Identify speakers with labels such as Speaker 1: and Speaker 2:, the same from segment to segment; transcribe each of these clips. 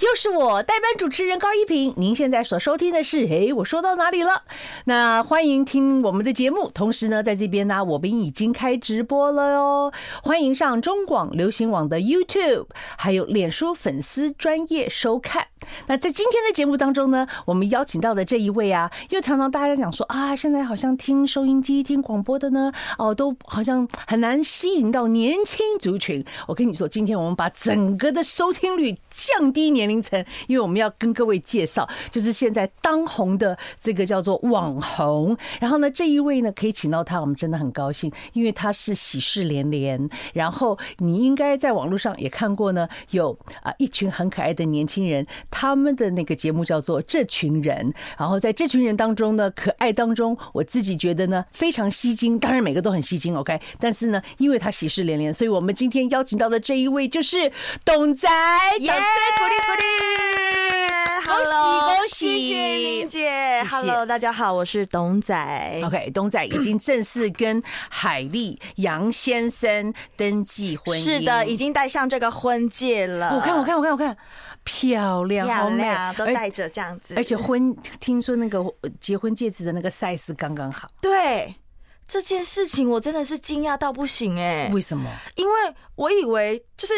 Speaker 1: 又是我代班主持人高一平。您现在所收听的是，诶，我说到哪里了？那欢迎听我们的节目，同时呢，在这边呢，我们已经开直播了哦，欢迎上中广流行网的 YouTube，还有脸书粉丝专业收看。那在今天的节目当中呢，我们邀请到的这一位啊，因为常常大家讲说啊，现在好像听收音机、听广播的呢，哦，都好像很难吸引到年轻族群。我跟你说，今天我们把整个的收听率降低年龄层，因为我们要跟各位介绍，就是现在当红的这个叫做网红。然后呢，这一位呢可以请到他，我们真的很高兴，因为他是喜事连连。然后你应该在网络上也看过呢，有啊一群很可爱的年轻人，他们的那个节目叫做《这群人》。然后在这群人当中呢，可爱当中，我自己觉得呢非常吸睛，当然每个都很吸睛，OK。但是呢，因为他喜事连连，所以我们今天邀请到的这一位就是董仔，掌声鼓励鼓 励，
Speaker 2: h
Speaker 1: 恭
Speaker 2: e l l
Speaker 1: 喜
Speaker 2: o
Speaker 1: 恭喜，
Speaker 2: 谢谢明姐
Speaker 1: 谢
Speaker 2: ，Hello，大家好，我是董仔。
Speaker 1: OK，东仔已经正式跟海丽杨先生登记婚姻。
Speaker 2: 是的，已经戴上这个婚戒了。
Speaker 1: 我看，我，看，我看，我看，漂亮，
Speaker 2: 呃漂
Speaker 1: 好美
Speaker 2: 亮，，都
Speaker 1: 而
Speaker 2: 戴着这样子，
Speaker 1: 而且婚，听说那个呃结婚戒指的那个 size 刚刚好，
Speaker 2: 对这件事情，我真的是惊讶到不行哎、
Speaker 1: 为什么？
Speaker 2: 因为我以为就是。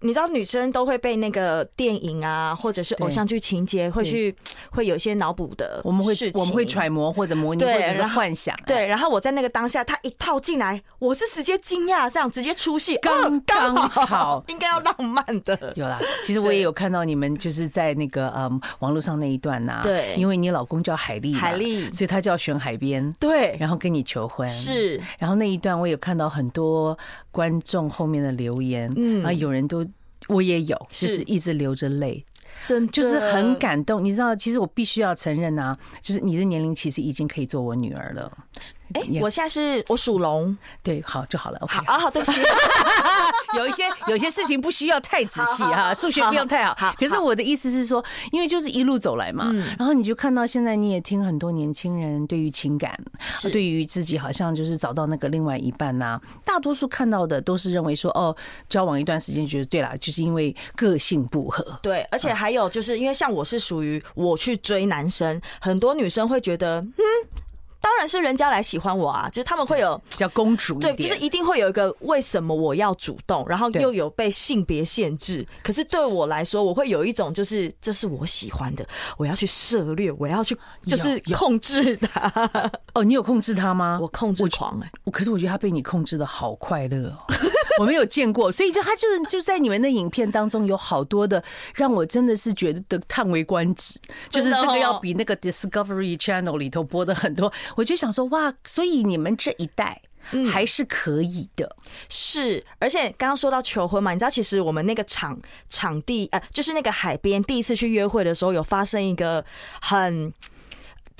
Speaker 2: 你知道女生都会被那个电影啊，或者是偶像剧情节，会去会有一些脑补的，
Speaker 1: 我们会我们会。揣摩或者模拟或
Speaker 2: 对
Speaker 1: 者是
Speaker 2: 然后
Speaker 1: 幻想。哎，
Speaker 2: 对，然后我在那个当下，他一套进来，我是直接惊讶，这样直接出戏，
Speaker 1: 刚
Speaker 2: 哦刚
Speaker 1: 刚好
Speaker 2: 应该要浪漫 的。
Speaker 1: 有啦。其实我也有看到你们就是在那个嗯网络上那一段呐，
Speaker 2: 对
Speaker 1: 因为你老公叫海丽嘛，
Speaker 2: 海丽
Speaker 1: 所以他就要选海边，
Speaker 2: 对，
Speaker 1: 然后跟你求婚。。
Speaker 2: 是
Speaker 1: 然后那一段我有看到很多观众后面的留言，嗯，
Speaker 2: 嗯
Speaker 1: 啊，有人都我也有，就是是一直流着泪，
Speaker 2: 真
Speaker 1: 就是很感动。你知道，其实我必须要承认啊，就是你的年龄其实已经可以做我女儿了。
Speaker 2: 哎、
Speaker 1: Yeah
Speaker 2: 我现在是我属龙，
Speaker 1: 对，好就好了。OK，
Speaker 2: 好啊，好，对不起，
Speaker 1: 有一些有一些事情不需要太仔细
Speaker 2: 好好
Speaker 1: 哈，
Speaker 2: 好
Speaker 1: 数学不用太好。
Speaker 2: 好好嗯
Speaker 1: 可是我的意思是说，因为就是一路走来嘛，然后你就看到现在你也听很多年轻人对于情感，
Speaker 2: 是
Speaker 1: 对于自己好像就是找到那个另外一半呐、大多数看到的都是认为说，哦，交往一段时间觉得对啦，就是因为个性不合。
Speaker 2: 对，而且还有就是因为像我是属于我去追男生，很多女生会觉得，嗯，当然是人家来喜欢我啊，就是他们会有。
Speaker 1: 比较公主一
Speaker 2: 对，就是
Speaker 1: 点，
Speaker 2: 一定会有一个为什么我要主动，然后
Speaker 1: 对
Speaker 2: 又有被性别限制。可是对我来说，我会有一种就是这是我喜欢的，我要去涉猎，我要去就是
Speaker 1: 有有
Speaker 2: 控制它。
Speaker 1: 哦，你有控制他吗？
Speaker 2: 我控制狂哎、
Speaker 1: 我可是我觉得他被你控制的好快乐哦， 我没有见过，所以就他就是就在你们的影片当中有好多的让我真的是觉得叹为观止，就是
Speaker 2: 真的
Speaker 1: 这个
Speaker 2: 哦
Speaker 1: 要比那个 Discovery Channel 里头播的很多，我就想说哇，所以你们这一代
Speaker 2: 嗯
Speaker 1: 还是可以的，
Speaker 2: 是，而且刚刚说到求婚嘛，你知道其实我们那个场场地呃，就是那个海边，第一次去约会的时候，有发生一个很。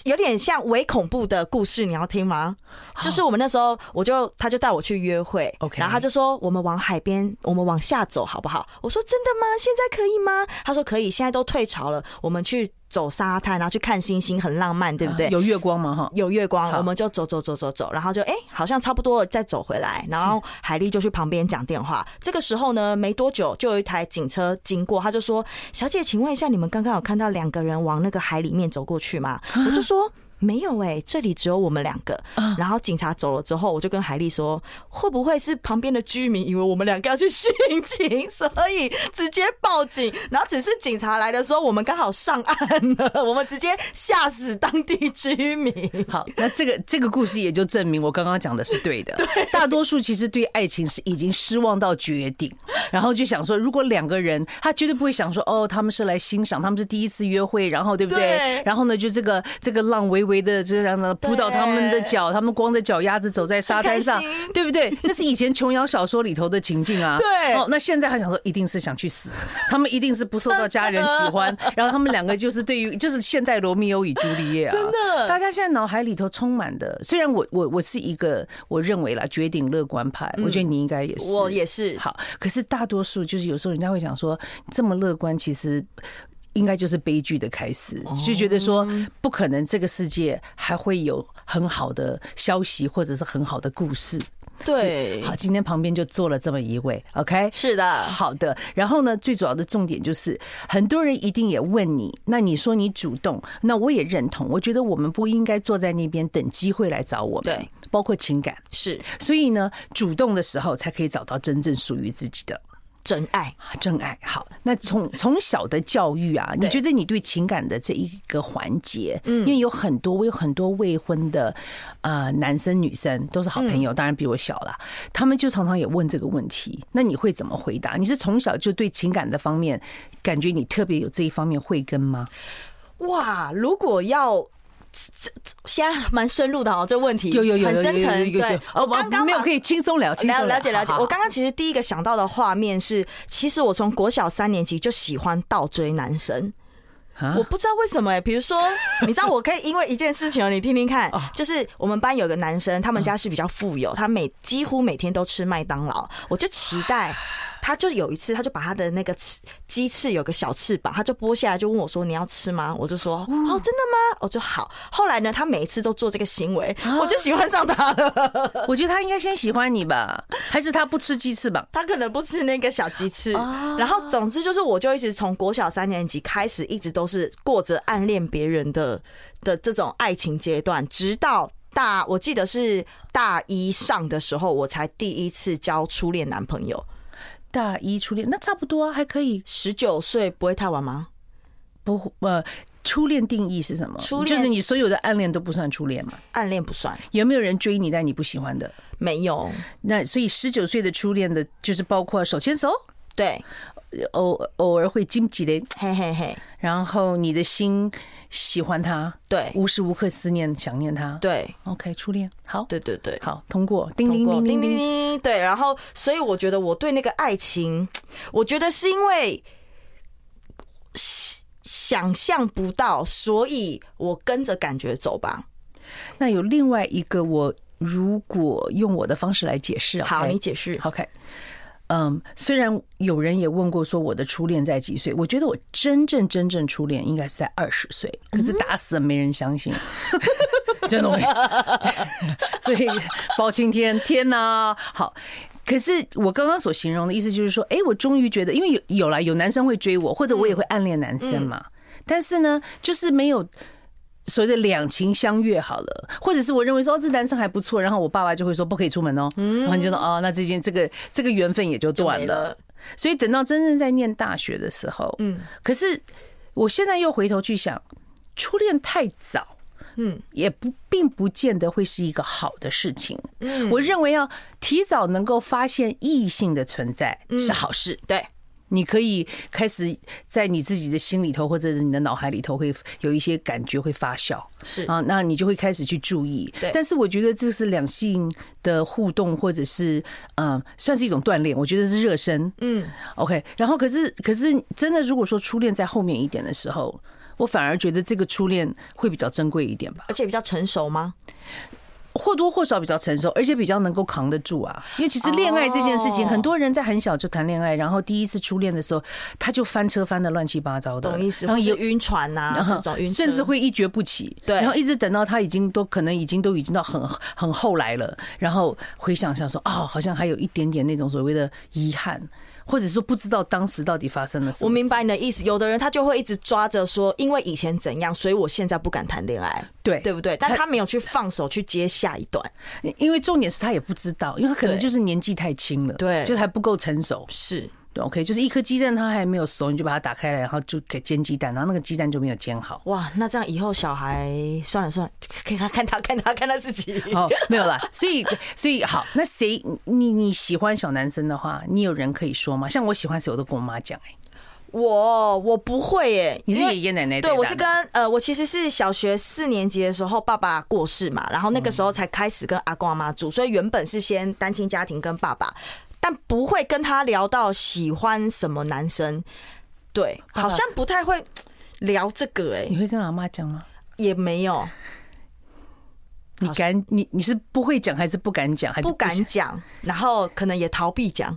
Speaker 2: 有点像伪恐怖的故事，你要听吗？就是我们那时候，我就他就带我去约会
Speaker 1: OK
Speaker 2: 然后他就说我们往海边，我们往下走好不好？我说真的吗？现在可以吗？他说可以，现在都退潮了，我们去走沙滩，然后去看星星，很浪漫，对不对？
Speaker 1: 有月光吗？哈，
Speaker 2: 有月光，
Speaker 1: 好
Speaker 2: 我们就走走走走走，然后就哎、诶好像差不多了，再走回来。然后海丽就去旁边讲电话。这个时候呢，没多久就有一台警车经过，他就说：“小姐，请问一下，你们刚刚有看到两个人往那个海里面走过去吗？”我就说。没有哎、这里只有我们两个。
Speaker 1: 嗯
Speaker 2: 然后警察走了之后，我就跟海丽说，会不会是旁边的居民以为我们两个要去殉情，所以直接报警？然后只是警察来的时候，我们刚好上岸了，我们直接吓死当地居民。
Speaker 1: 好，那这个这个故事也就证明我刚刚讲的是对的。 大多数其实对爱情是已经失望到绝顶，然后就想说，如果两个人，他绝对不会想说，哦，他们是来欣赏，他们是第一次约会，然后对不对？
Speaker 2: 对
Speaker 1: 然后呢，就这个这个浪微微的，就这样的扑到他们的脚，他们光着脚丫子走在沙滩上
Speaker 2: 很开心，
Speaker 1: 对不对？那是以前琼瑶小说里头的情境啊。
Speaker 2: 对
Speaker 1: 哦，那现在还想说，一定是想去死，他们一定是不受到 家人喜欢，然后他们两个就是对于就是现代罗密欧与朱丽叶啊，真
Speaker 2: 的
Speaker 1: 大家现在脑海里头充满的，虽然我我我是一个我认为啦绝顶乐观派，我觉得你应该也是，
Speaker 2: 嗯我也是，
Speaker 1: 好，可是大多数就是有时候人家会讲说，这么乐观其实。应该就是悲剧的开始，
Speaker 2: 哦
Speaker 1: 就觉得说不可能这个世界还会有很好的消息或者是很好的故事。
Speaker 2: 对
Speaker 1: 好，今天旁边就坐了这么一位，OK，
Speaker 2: 是的
Speaker 1: 好的。然后呢，最主要的重点就是，很多人一定也问你，那你说你主动，那我也认同，我觉得我们不应该坐在那边等机会来找我们，
Speaker 2: 对，
Speaker 1: 包括情感。
Speaker 2: 是
Speaker 1: 所以呢，主动的时候才可以找到真正属于自己的
Speaker 2: 真爱。
Speaker 1: 啊真爱。好，那从从小的教育啊，你
Speaker 2: 对嗯
Speaker 1: 觉得你对情感的这一个环节，因为有很多我有很多未婚的呃男生女生都是好朋友，
Speaker 2: 嗯
Speaker 1: 当然比我小啦，他们就常常也问这个问题，那你会怎么回答？你是从小就对情感的方面感觉你特别有这一方面慧根吗？
Speaker 2: 哇，如果要这这这现在蛮深入的哦，这问题
Speaker 1: 有有有
Speaker 2: 很
Speaker 1: 有有
Speaker 2: 深
Speaker 1: 有有
Speaker 2: 沉。
Speaker 1: 有
Speaker 2: 对
Speaker 1: 有，哦，
Speaker 2: 刚
Speaker 1: 我
Speaker 2: 刚
Speaker 1: 没有
Speaker 2: 马
Speaker 1: 可以轻松聊，轻
Speaker 2: 了
Speaker 1: 松
Speaker 2: 了解
Speaker 1: 聊
Speaker 2: 了解，
Speaker 1: 好好
Speaker 2: 我刚刚其实第一个想到的画面是，其实我从国小三年级就喜欢倒追男生，
Speaker 1: 好啊
Speaker 2: 我不知道为什么哎、比 如说，你知道我可以因为一件事情哦，你听听看
Speaker 1: 哦，
Speaker 2: 就是我们班有个男生，他们家是比较 富有，他每几乎每天都吃麦当劳，我就期待。他就有一次，他就把他的那个翅鸡翅有个小翅膀，他就剥下来，就问我说：“你要吃吗？”我就说：“哦，真的吗？”我就好。后来呢，他每一次都做这个行为，
Speaker 1: 啊
Speaker 2: 我就喜欢上他了。
Speaker 1: 我觉得他应该先喜欢你吧，还是他不吃鸡翅膀？
Speaker 2: 他可能不吃那个小鸡翅，
Speaker 1: 哦
Speaker 2: 然后总之就是，我就一直从国小三年级开始，一直都是过着暗恋别人的的这种爱情阶段，直到大，我记得是大一上的时候，我才第一次交初恋男朋友，
Speaker 1: 大一初恋那差不多啊，还可以。
Speaker 2: 十九岁不会太晚吗？
Speaker 1: 不呃，初恋定义是什么？
Speaker 2: 初
Speaker 1: 就是
Speaker 2: 恋
Speaker 1: 你所有的暗恋都不算初恋嘛？
Speaker 2: 暗恋不算，
Speaker 1: 有没有人追你但你不喜欢的？
Speaker 2: 没有，
Speaker 1: 那所以十九岁的初恋的，就是包括手牵手，
Speaker 2: 对，
Speaker 1: 偶偶尔会惊几雷，
Speaker 2: 嘿嘿嘿，
Speaker 1: 然后你的心喜欢他，
Speaker 2: 对
Speaker 1: 无时无刻思念想念他。
Speaker 2: 对
Speaker 1: OK，初恋好，
Speaker 2: 对对对。
Speaker 1: 好通过，叮
Speaker 2: 通
Speaker 1: 叮
Speaker 2: 过
Speaker 1: 叮
Speaker 2: 叮
Speaker 1: 叮
Speaker 2: 叮
Speaker 1: 叮。
Speaker 2: 叮，对，然后所以我觉得我对那个爱情，我觉得是因为想象不到，所以我跟着感觉走吧。
Speaker 1: 那有另外一个，我如果用我的方式来解释，
Speaker 2: 好，
Speaker 1: OK？
Speaker 2: 你解释。
Speaker 1: OK，嗯，虽然有人也问过说我的初恋在几岁，我觉得我真正真正初恋应该是在二十岁，可是打死了没人相信，嗯 真的没有。所以包青天，天哪，好。可是我刚刚所形容的意思就是说，哎、我终于觉得，因为有有啦，有男生会追我，或者我也会暗恋男生嘛。但是呢，就是没有所谓的两情相悦好了，或者是我认为说哦这男生还不错，然后我爸爸就会说不可以出门哦，然后你就说哦那这件这个这个缘分也就断
Speaker 2: 没
Speaker 1: 了
Speaker 2: 了。
Speaker 1: 所以等到真正在念大学的时候，嗯，可是我现在又回头去想，初恋太早。
Speaker 2: 嗯，
Speaker 1: 也不并不见得会是一个好的事情。嗯，我认为要提早能够发现异性的存在是好事。
Speaker 2: 对，
Speaker 1: 你可以开始在你自己的心里头或者是你的脑海里头会有一些感觉会发酵
Speaker 2: 是
Speaker 1: 啊，那你就会开始去注意
Speaker 2: 对。
Speaker 1: 但是我觉得这是两性的互动，或者是嗯、呃算是一种锻炼。我觉得是热身。
Speaker 2: 嗯，
Speaker 1: OK，然后可是可是真的，如果说初恋在后面一点的时候，我反而觉得这个初恋会比较珍贵一点吧，
Speaker 2: 而且比较成熟吗？
Speaker 1: 或多或少比较成熟，而且比较能够扛得住啊。因为其实恋爱这件事情，
Speaker 2: 哦
Speaker 1: 很多人在很小就谈恋爱，然后第一次初恋的时候，他就翻车翻的乱七八糟的，
Speaker 2: 懂意思？
Speaker 1: 然
Speaker 2: 或
Speaker 1: 后
Speaker 2: 是
Speaker 1: 也。
Speaker 2: 晕船呐、这种晕车，
Speaker 1: 甚至会一蹶不起，
Speaker 2: 对
Speaker 1: 然后一直等到他已经都可能已经都已经到很很后来了，然后回想想说，哦，好像还有一点点那种所谓的遗憾，或者说不知道当时到底发生了什么。
Speaker 2: 我明，白你的意思，有的人他就会一直抓着说，因为以前怎样，所以我现在不敢谈恋爱，
Speaker 1: 对
Speaker 2: 对不对？但他没有去放手去接下一段，
Speaker 1: 因为重点是他也不知道，因为他可能
Speaker 2: 对
Speaker 1: 就是年纪太轻了，
Speaker 2: 对
Speaker 1: 就是还不够成熟。
Speaker 2: 是
Speaker 1: 对，OK，就是一颗鸡蛋它还没有熟，你就把它打开来，然后就给煎鸡蛋，然后那个鸡蛋就没有煎好。
Speaker 2: 哇，那这样以后小孩算了 算了，看他看他看他看他自己。
Speaker 1: 哦，没有啦，所以所以好，那谁你你喜欢小男生的话，你有人可以说吗？像我喜欢谁，我都跟我妈讲。哎，
Speaker 2: 我我不会耶，
Speaker 1: 你是
Speaker 2: 因为
Speaker 1: 爷爷奶奶带
Speaker 2: 对，
Speaker 1: 大的
Speaker 2: 我是跟呃，我其实是小学四年级的时候，爸爸过世嘛，然后那个
Speaker 1: 嗯
Speaker 2: 时候才开始跟阿公阿妈住，所以原本是先单亲家庭跟爸爸，但不会跟他聊到喜欢什么男生，对，
Speaker 1: 爸
Speaker 2: 好
Speaker 1: 爸
Speaker 2: 像不太会聊这个、
Speaker 1: 你
Speaker 2: 哎，
Speaker 1: 会跟阿妈讲吗？
Speaker 2: 也没有，
Speaker 1: 你敢你你是不会讲还是不敢讲还是
Speaker 2: 不敢
Speaker 1: 想？
Speaker 2: 讲，然后可能也逃避讲，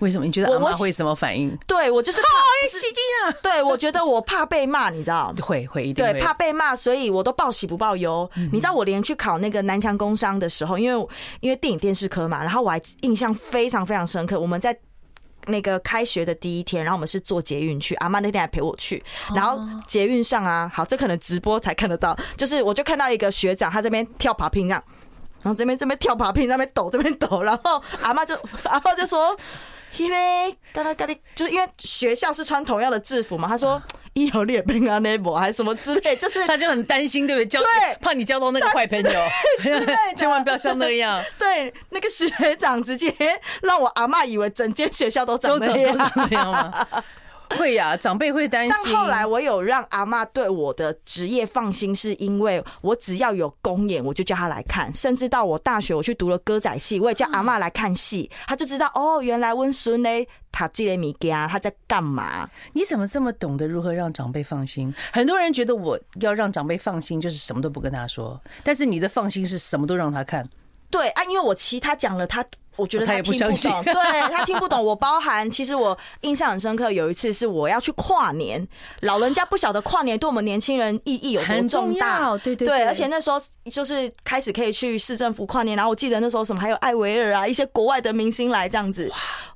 Speaker 1: 为什么？你觉得
Speaker 2: 我
Speaker 1: 阿妈
Speaker 2: 我
Speaker 1: 会什么反应？
Speaker 2: 对 我就是怕，
Speaker 1: 洗地啊！
Speaker 2: 对我觉得我怕被骂，你知道。
Speaker 1: 会会一定
Speaker 2: 对，嗯
Speaker 1: 会
Speaker 2: 怕被骂，所以我都报喜不报忧。你知道我连去考那个南强工商的时候，因为我因为电影电视科嘛，然后我还印象非常非常深刻。我们在那个开学的第一天，然后我们是坐捷运去，阿妈那天还陪我去。然后捷运上啊，好，这可能直播才看得到，就是我就看到一个学长，他这边跳爬拼这样，然后这边这边跳爬拼，那边抖这边抖，然后阿妈就 阿妈就说。因为嘎啦嘎啦，就是因为学校是穿同样的制服嘛，他
Speaker 1: 啊
Speaker 2: 说一有列兵啊，那我还是什么之类， 就是
Speaker 1: 他就很担心，对不对？交
Speaker 2: 对
Speaker 1: 怕你交到那个坏朋友，千万不要像那样。
Speaker 2: 对，那个学长直接让我阿嬷以为整间学校都
Speaker 1: 都
Speaker 2: 长那
Speaker 1: 长都
Speaker 2: 样。
Speaker 1: 长那样 吗？会呀、长辈会担
Speaker 2: 但
Speaker 1: 心。
Speaker 2: 后来我有让阿嬷对我的职业放心，是因为我只要有公演，我就叫她来看。甚至到我大学，我去读了歌仔戏，我也叫阿嬷来看戏，她就知道哦，原来温孙嘞，他这类米家他啊在干嘛？
Speaker 1: 你怎么这么懂得如何让长辈放心？很多人觉得我要让长辈放心，就是什么都不跟他说。但是你的放心是什么都让他看，
Speaker 2: 对啊，因为我其他讲了他。我觉得
Speaker 1: 他
Speaker 2: 他
Speaker 1: 也
Speaker 2: 听
Speaker 1: 不
Speaker 2: 不
Speaker 1: 相信
Speaker 2: 懂，对他听不懂。我包含，其实我印象很深刻，有一次是我要去跨年，老人家不晓得跨年对我们年轻人意义有多
Speaker 1: 很重
Speaker 2: 重大，
Speaker 1: 要。对对
Speaker 2: 对，而且那时候就是开始可以去市政府跨年，然后我记得那时候什么还有艾维尔啊，一些国外的明星来这样子。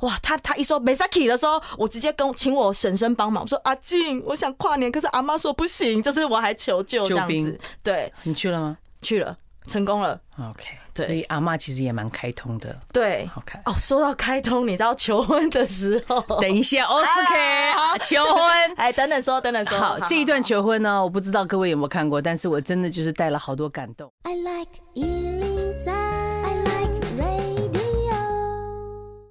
Speaker 2: 哇，他他一说 m e s a k i 的时候，我直接跟请我婶婶帮忙，我说阿静，我想跨年，可是阿妈说不行，就是我还求救这样
Speaker 1: 救
Speaker 2: 子
Speaker 1: 兵。
Speaker 2: 对，
Speaker 1: 你去了吗
Speaker 2: 去了，成功了。
Speaker 1: ？OK，
Speaker 2: 对
Speaker 1: 所以阿妈其实也蛮开通的。
Speaker 2: 对，
Speaker 1: 好看。
Speaker 2: 哦，说到开通，你知道求婚的时候，
Speaker 1: 等一下，奥斯
Speaker 2: 哎
Speaker 1: 卡
Speaker 2: 好
Speaker 1: 求婚。
Speaker 2: 哎，等等说，等等说，
Speaker 1: 好，这一段求婚呢，我不知道各位有没有看过，但是我真的就是带了好多感动。
Speaker 3: I like Ealing Sound. I like radio.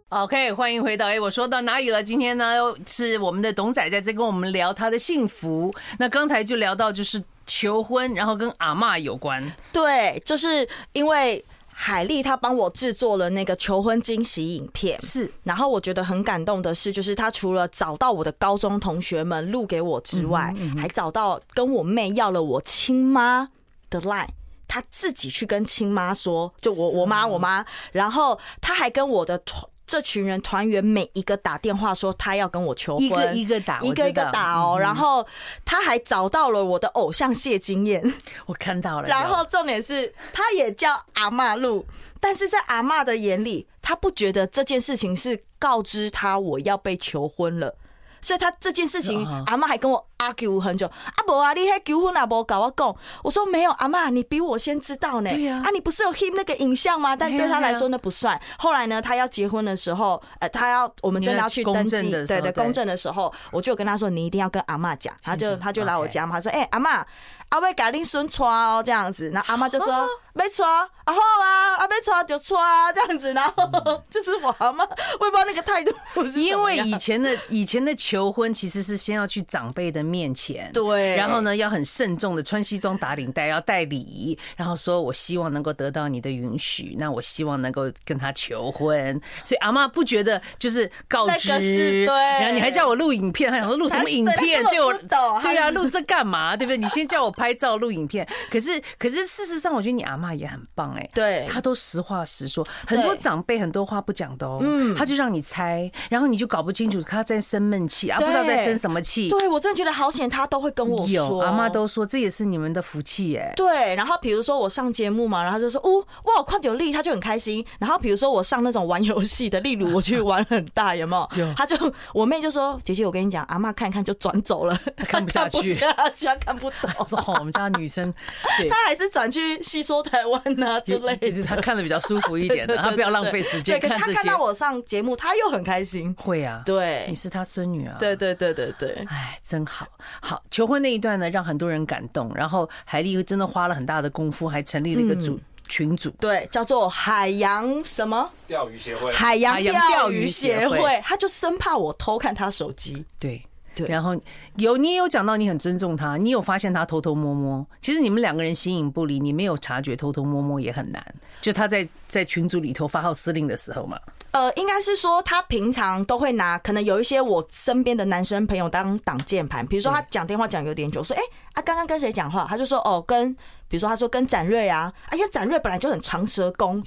Speaker 1: OK，欢迎回到哎、诶我说到哪里了？今天呢是我们的董仔在这跟我们聊他的幸福。那刚才就聊到就是求婚，然后跟阿嬷有关。
Speaker 2: 对，就是因为海丽她帮我制作了那个求婚惊喜影片，
Speaker 1: 是
Speaker 2: 然后我觉得很感动的是，就是她除了找到我的高中同学们录给我之外，
Speaker 1: 嗯
Speaker 2: 还找到跟我妹要了我亲妈的 line。她自己去跟亲妈说，就我
Speaker 1: 啊
Speaker 2: 我妈我妈，然后她还跟我的团这群人团员每一个打电话说她要跟我求婚，
Speaker 1: 一个一个打，
Speaker 2: 一个一个打
Speaker 1: 嗯
Speaker 2: 哦，然后她还找到了我的偶像谢金燕，
Speaker 1: 我看到了。
Speaker 2: 然后重点是，他也叫阿嬷录，但是在阿嬷的眼里，他不觉得这件事情是告知他我要被求婚了。所以他这件事情
Speaker 1: 啊，
Speaker 2: 阿嬷还跟我 argue 很久。阿伯啊，你还求婚阿伯搞我讲，我说没有，阿嬷，你比我先知道呢。
Speaker 1: 对呀
Speaker 2: 啊，你不是有 him 那个影像吗？但
Speaker 1: 对呀
Speaker 2: 对他来
Speaker 1: 对
Speaker 2: 说
Speaker 1: 呀
Speaker 2: 那不算。后来呢，他要结婚的时候，呃，他要我们
Speaker 1: 你
Speaker 2: 真的
Speaker 1: 要
Speaker 2: 要去
Speaker 1: 公
Speaker 2: 登
Speaker 1: 证
Speaker 2: 记，
Speaker 1: 的时
Speaker 2: 对
Speaker 1: 候
Speaker 2: 对，
Speaker 1: 对
Speaker 2: 公证的时候，我就有跟他说，你一定要跟阿嬷讲。他就
Speaker 1: 先讲
Speaker 2: 他就来我
Speaker 1: OK
Speaker 2: 家嘛，他说，哎，阿嬷，阿妹甲恁孙穿哦，这样子，然后阿妈就 说要穿，啊好啊，啊要穿就穿啊，这样子，然后 就是我阿妈，我也不知道那个态度 是怎么
Speaker 1: 嗯
Speaker 2: 样
Speaker 1: 因为以前的以前的求婚其实是先要去长辈的面前，
Speaker 2: 对
Speaker 1: 然后呢要很慎重的穿西装打领带，要带礼仪，然后说我希望能够得到你的允许，那我希望能够跟他求婚，所以阿嬷不觉得就是告知，
Speaker 2: 那个是对
Speaker 1: 然后你还叫我录影片，还想说录什么影片？
Speaker 2: 她
Speaker 1: 对我
Speaker 2: 她根本不懂
Speaker 1: 对啊，录这干嘛？对不对？你先叫我拍照录影片，可是可是事实上，我觉得你阿嬷也很棒哎、
Speaker 2: 对
Speaker 1: 他都实话实说，很多
Speaker 2: 对嗯
Speaker 1: 长辈很多话不讲的哦，他就让你猜，然后你就搞不清楚他在生闷气啊，不
Speaker 2: 对
Speaker 1: 知道在生什么气。
Speaker 2: 对我真的觉得好险，他都会跟我
Speaker 1: 有
Speaker 2: 说，
Speaker 1: 阿妈都说这也是你们的福气 耶。
Speaker 2: 对，然后比如说我上节目嘛，然后他就说，哦，哇，我看有力，他就很开心。然后比如说我上那种玩游戏的，例如我去玩很大，有没有
Speaker 1: 有？
Speaker 2: 他就我妹就说，姐姐，我跟你讲，阿妈看一看就转走了，
Speaker 1: 看不下去
Speaker 2: 看不下 去，她看不
Speaker 1: 我
Speaker 2: 懂。
Speaker 1: 说哦，我们家女生，对，
Speaker 2: 他还是转去戏说台湾呐、之类
Speaker 1: 其实
Speaker 2: 的。
Speaker 1: 她看的比较舒服一 点
Speaker 2: 对
Speaker 1: 的，
Speaker 2: 对
Speaker 1: 她不要
Speaker 2: 对
Speaker 1: 浪费时间
Speaker 2: 对，可
Speaker 1: 看
Speaker 2: 是他
Speaker 1: 这
Speaker 2: 看
Speaker 1: 些
Speaker 2: 到。我上节目，他又很开心。
Speaker 1: 会啊，
Speaker 2: 对
Speaker 1: 你，是她孙女啊。
Speaker 2: 对对对对对，
Speaker 1: 哎，真好，好求婚那一段呢，让很多人感动。然后海丽真的花了很大的功夫，还成立了
Speaker 2: 嗯
Speaker 1: 一个组、群组，
Speaker 2: 对，叫做海洋什么
Speaker 4: 钓鱼协会。
Speaker 2: 海洋
Speaker 1: 海洋钓
Speaker 2: 钓
Speaker 1: 鱼
Speaker 2: 鱼
Speaker 1: 协
Speaker 2: 协
Speaker 1: 会
Speaker 2: 会，他就生怕我偷看他手机。
Speaker 1: 对。
Speaker 2: 对
Speaker 1: 然后有你也有讲到你很尊重他，你有发现他偷偷摸摸。其实你们两个人形影不离，你没有察觉偷偷摸摸也很难。就他在在群组里头发号施令的时候嘛，
Speaker 2: 呃，应该是说他平常都会拿，可能有一些我身边的男生朋友当挡箭牌，比如说他讲电话讲有点久，说哎、啊刚刚跟谁讲话，他就说哦跟，比如说他说跟展瑞啊，啊因为展瑞本来就很长舌功，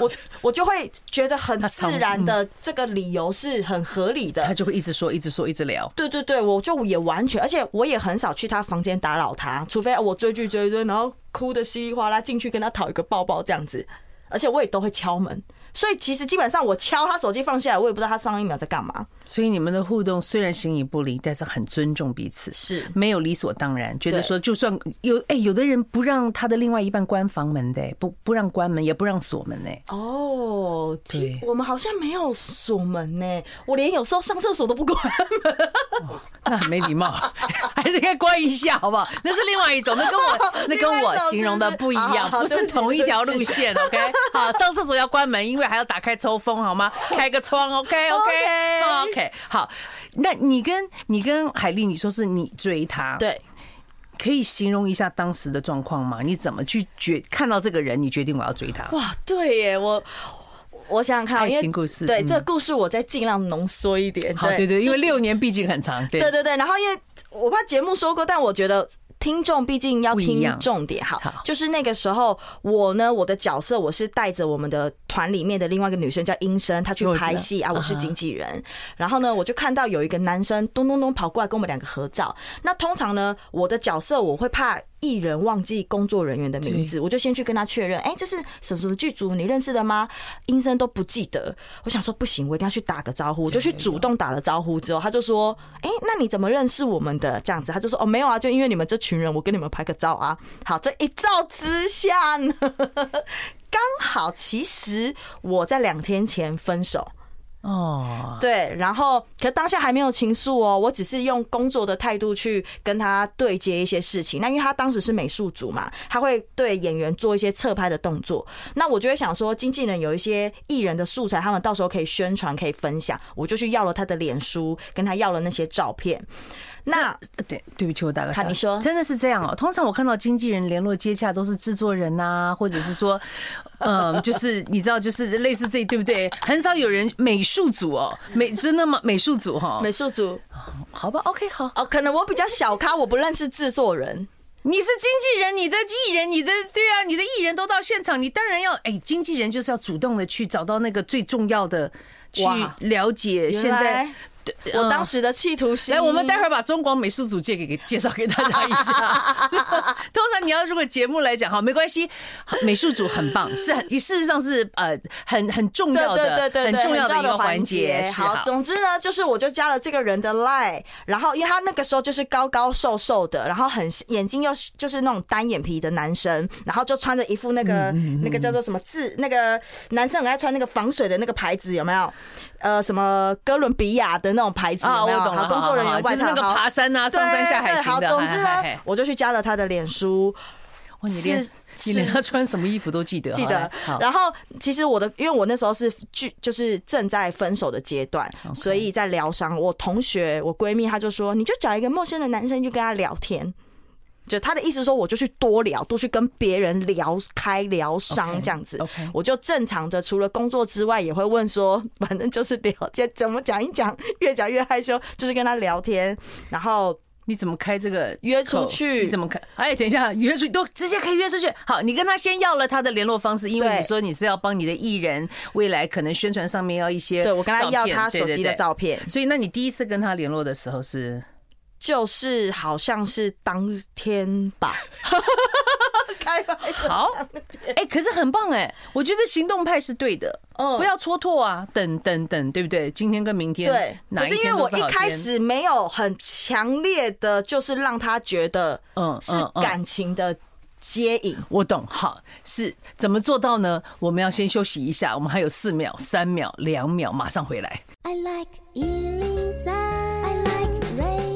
Speaker 2: 我我就会觉得很
Speaker 1: 他
Speaker 2: 自
Speaker 1: 常
Speaker 2: 然的这个理由是很合理的
Speaker 1: 他，就会一直说，一直说，一直聊。
Speaker 2: 对对对，我就也完全，而且我也很少去他房间打扰他，除非啊我追剧追一追，然后哭的稀里哗啦进去跟他讨一个抱抱这样子，而且我也都会敲门，所以其实基本上我敲他手机放下来，我也不知道他上一秒在干嘛。
Speaker 1: 所以你们的互动虽然形影不离，但是很尊重彼此，
Speaker 2: 是
Speaker 1: 没有理所当然，觉得说就算有哎、有的人不让他的另外一半关房门的、不不让关门，也不让锁门呢、
Speaker 2: 哦，
Speaker 1: 对
Speaker 2: 我们好像没有锁门呢、我连有时候上厕所都不关。
Speaker 1: 那 很没礼貌，还是应该关一下好不好？那是另外一种，那跟我那跟我形容的不一样，
Speaker 2: 另外一种
Speaker 1: 不
Speaker 2: 是不是
Speaker 1: 是同一条路线。OK，好，上厕所要关门，因为还要打开抽风，好吗？开个窗，OK OK
Speaker 2: OK
Speaker 1: OK，好。那你跟你跟海丽，你说是你追她，，
Speaker 2: 对，
Speaker 1: 可以形容一下当时的状况吗？你怎么去决看到这个人，你决定我要追他？
Speaker 2: 哇，啊对耶，我我想想看，
Speaker 1: 爱
Speaker 2: 因为
Speaker 1: 情故事
Speaker 2: 对、
Speaker 1: 嗯
Speaker 2: 这个故事我再尽量浓缩一点。
Speaker 1: 好，对对，因为六年毕竟很长，对
Speaker 2: 对对对，然后因为我怕节目说过，但我觉得。听众毕竟要
Speaker 1: 不一
Speaker 2: 听
Speaker 1: 样
Speaker 2: 重点，好
Speaker 1: 好，
Speaker 2: 就是那个时候我呢，我的角色我是带着我们的团里面的另外一个女生叫英生，她去
Speaker 1: 我知道
Speaker 2: 拍戏啊，我是
Speaker 1: 啊哈
Speaker 2: 经纪人。然后呢，我就看到有一个男生咚咚咚跑过来跟我们两个合照。那通常呢，我的角色我会怕艺人忘记工作人员的名字，我就先去跟他确认，哎，这是什么什么剧组，你认识的吗？英生都不记得。我想说不行，我一定要去打个招呼，我就去主动打了招呼之后，他就说，哎，那你怎么认识我们的？这样子，他就说，哦，没有啊，就因为你们这群人，我跟你们拍个照啊。好，这一照之下呢， 刚好其实我在两天前分手。
Speaker 1: 哦，
Speaker 2: 对，然后可当下还没有情愫哦，我只是用工作的态度去跟他对接一些事情。那因为他当时是美术组嘛，他会对演员做一些侧拍的动作。那我就会想说，经纪人有一些艺人的素材，他们到时候可以宣传，可以分享。我就去要了他的脸书，跟他要了那些照片。那
Speaker 1: 对，对不起，我打个岔。
Speaker 2: 好你说
Speaker 1: 真的是这样哦。通常我看到经纪人联络接洽都是制作人呐、 或者是说，嗯，就是你知道，就是类似这，对不对？很少有人美术组哦，美真的吗？美术组哈、
Speaker 2: 美术组
Speaker 1: 好吧，OK，好，
Speaker 2: 哦，可能我比较小咖，我不认识制作人。
Speaker 1: 你是经纪人，你的艺人，你的对啊，你的艺人都到现场，你当然要哎，经纪人就是要主动的去找到那个最重要的，去
Speaker 2: 哇
Speaker 1: 了解现
Speaker 2: 原
Speaker 1: 在
Speaker 2: 来。
Speaker 1: 对
Speaker 2: 我当
Speaker 1: 嗯
Speaker 2: 时的企图心，
Speaker 1: 来，我们待会儿把中广美术组借给给介绍给大家一 下。通常你要如果节目来讲哈，没关系，美术组很棒，是很事实上是呃很很重要的，
Speaker 2: 对对对对
Speaker 1: 很
Speaker 2: 对，
Speaker 1: 重要的一个
Speaker 2: 环
Speaker 1: 环节。是
Speaker 2: 好，总之呢，就是我就加了这个人的 line，然后因为他那个时候就是高高瘦瘦的，然后很眼睛又是就是那种单眼皮的男生，然后就穿着一副那
Speaker 1: 嗯
Speaker 2: 个那个叫做什么字，那个男生很爱穿那个防水的那个牌子，有没有？呃，什么哥伦比亚的那种牌子
Speaker 1: 啊，
Speaker 2: 有
Speaker 1: 我
Speaker 2: 没有？
Speaker 1: 懂
Speaker 2: 好
Speaker 1: 了，
Speaker 2: 工作人
Speaker 1: 好好
Speaker 2: 员
Speaker 1: 好
Speaker 2: 外
Speaker 1: 就是那
Speaker 2: 套，
Speaker 1: 个爬
Speaker 2: 好，
Speaker 1: 山啊，上山下海
Speaker 2: 对对
Speaker 1: 型
Speaker 2: 好，
Speaker 1: 的。
Speaker 2: 总
Speaker 1: 嗨
Speaker 2: 之
Speaker 1: 嗨
Speaker 2: 呢
Speaker 1: 嗨，
Speaker 2: 我就去加了他的脸书，
Speaker 1: 哇你连
Speaker 2: 是
Speaker 1: 你连
Speaker 2: 是
Speaker 1: 他穿什么衣服都记得，
Speaker 2: 记得
Speaker 1: 好。来好
Speaker 2: 然后其实我的，因为我那时候是剧，就是正在分手的阶段，
Speaker 1: OK
Speaker 2: 所以在疗伤。我同学，我闺蜜，她就说，你就找一个陌生的男生去跟他聊天。就她的意思说，我就去多聊，多去跟别人聊开疗伤
Speaker 1: OK，
Speaker 2: 这样子。
Speaker 1: OK
Speaker 2: 我就正常的，除了工作之外，也会问说，反正就是聊天，怎么讲一讲，越讲越害羞，就是跟他聊天，然后
Speaker 1: 你怎么开这个
Speaker 2: 约出
Speaker 1: 口
Speaker 2: 去
Speaker 1: 你怎么开？哎，等一下，约出去都直接可以约出去。好，你跟他先要了他的联络方式，因为
Speaker 2: 对
Speaker 1: 你说你是要帮你的艺人未来可能宣传上面要一些
Speaker 2: 对我跟他要
Speaker 1: 照片
Speaker 2: 他手机的。
Speaker 1: 对对
Speaker 2: 照片。
Speaker 1: 对所以，那你第一次跟他联络的时候 是
Speaker 2: 就是好像是当天 吧，开玩笑，
Speaker 1: 好，哎，可是很棒哎，我觉得行动派是对的，
Speaker 2: 嗯
Speaker 1: 不要蹉跎啊，等等等，对不对？今天跟明天，
Speaker 2: 对。
Speaker 1: 哪
Speaker 2: 可是因为
Speaker 1: 天都
Speaker 2: 我
Speaker 1: 是
Speaker 2: 一
Speaker 1: 好
Speaker 2: 开
Speaker 1: 天，
Speaker 2: 始没有很强烈的，就是让他觉得
Speaker 1: 嗯
Speaker 2: 是
Speaker 1: 嗯嗯
Speaker 2: 感情的接引。
Speaker 1: 我懂，好是怎么做到呢？我们要先休息一下，我们还有四秒、三秒、两秒，马上回来。
Speaker 3: I like Ealing Sound. I like radio.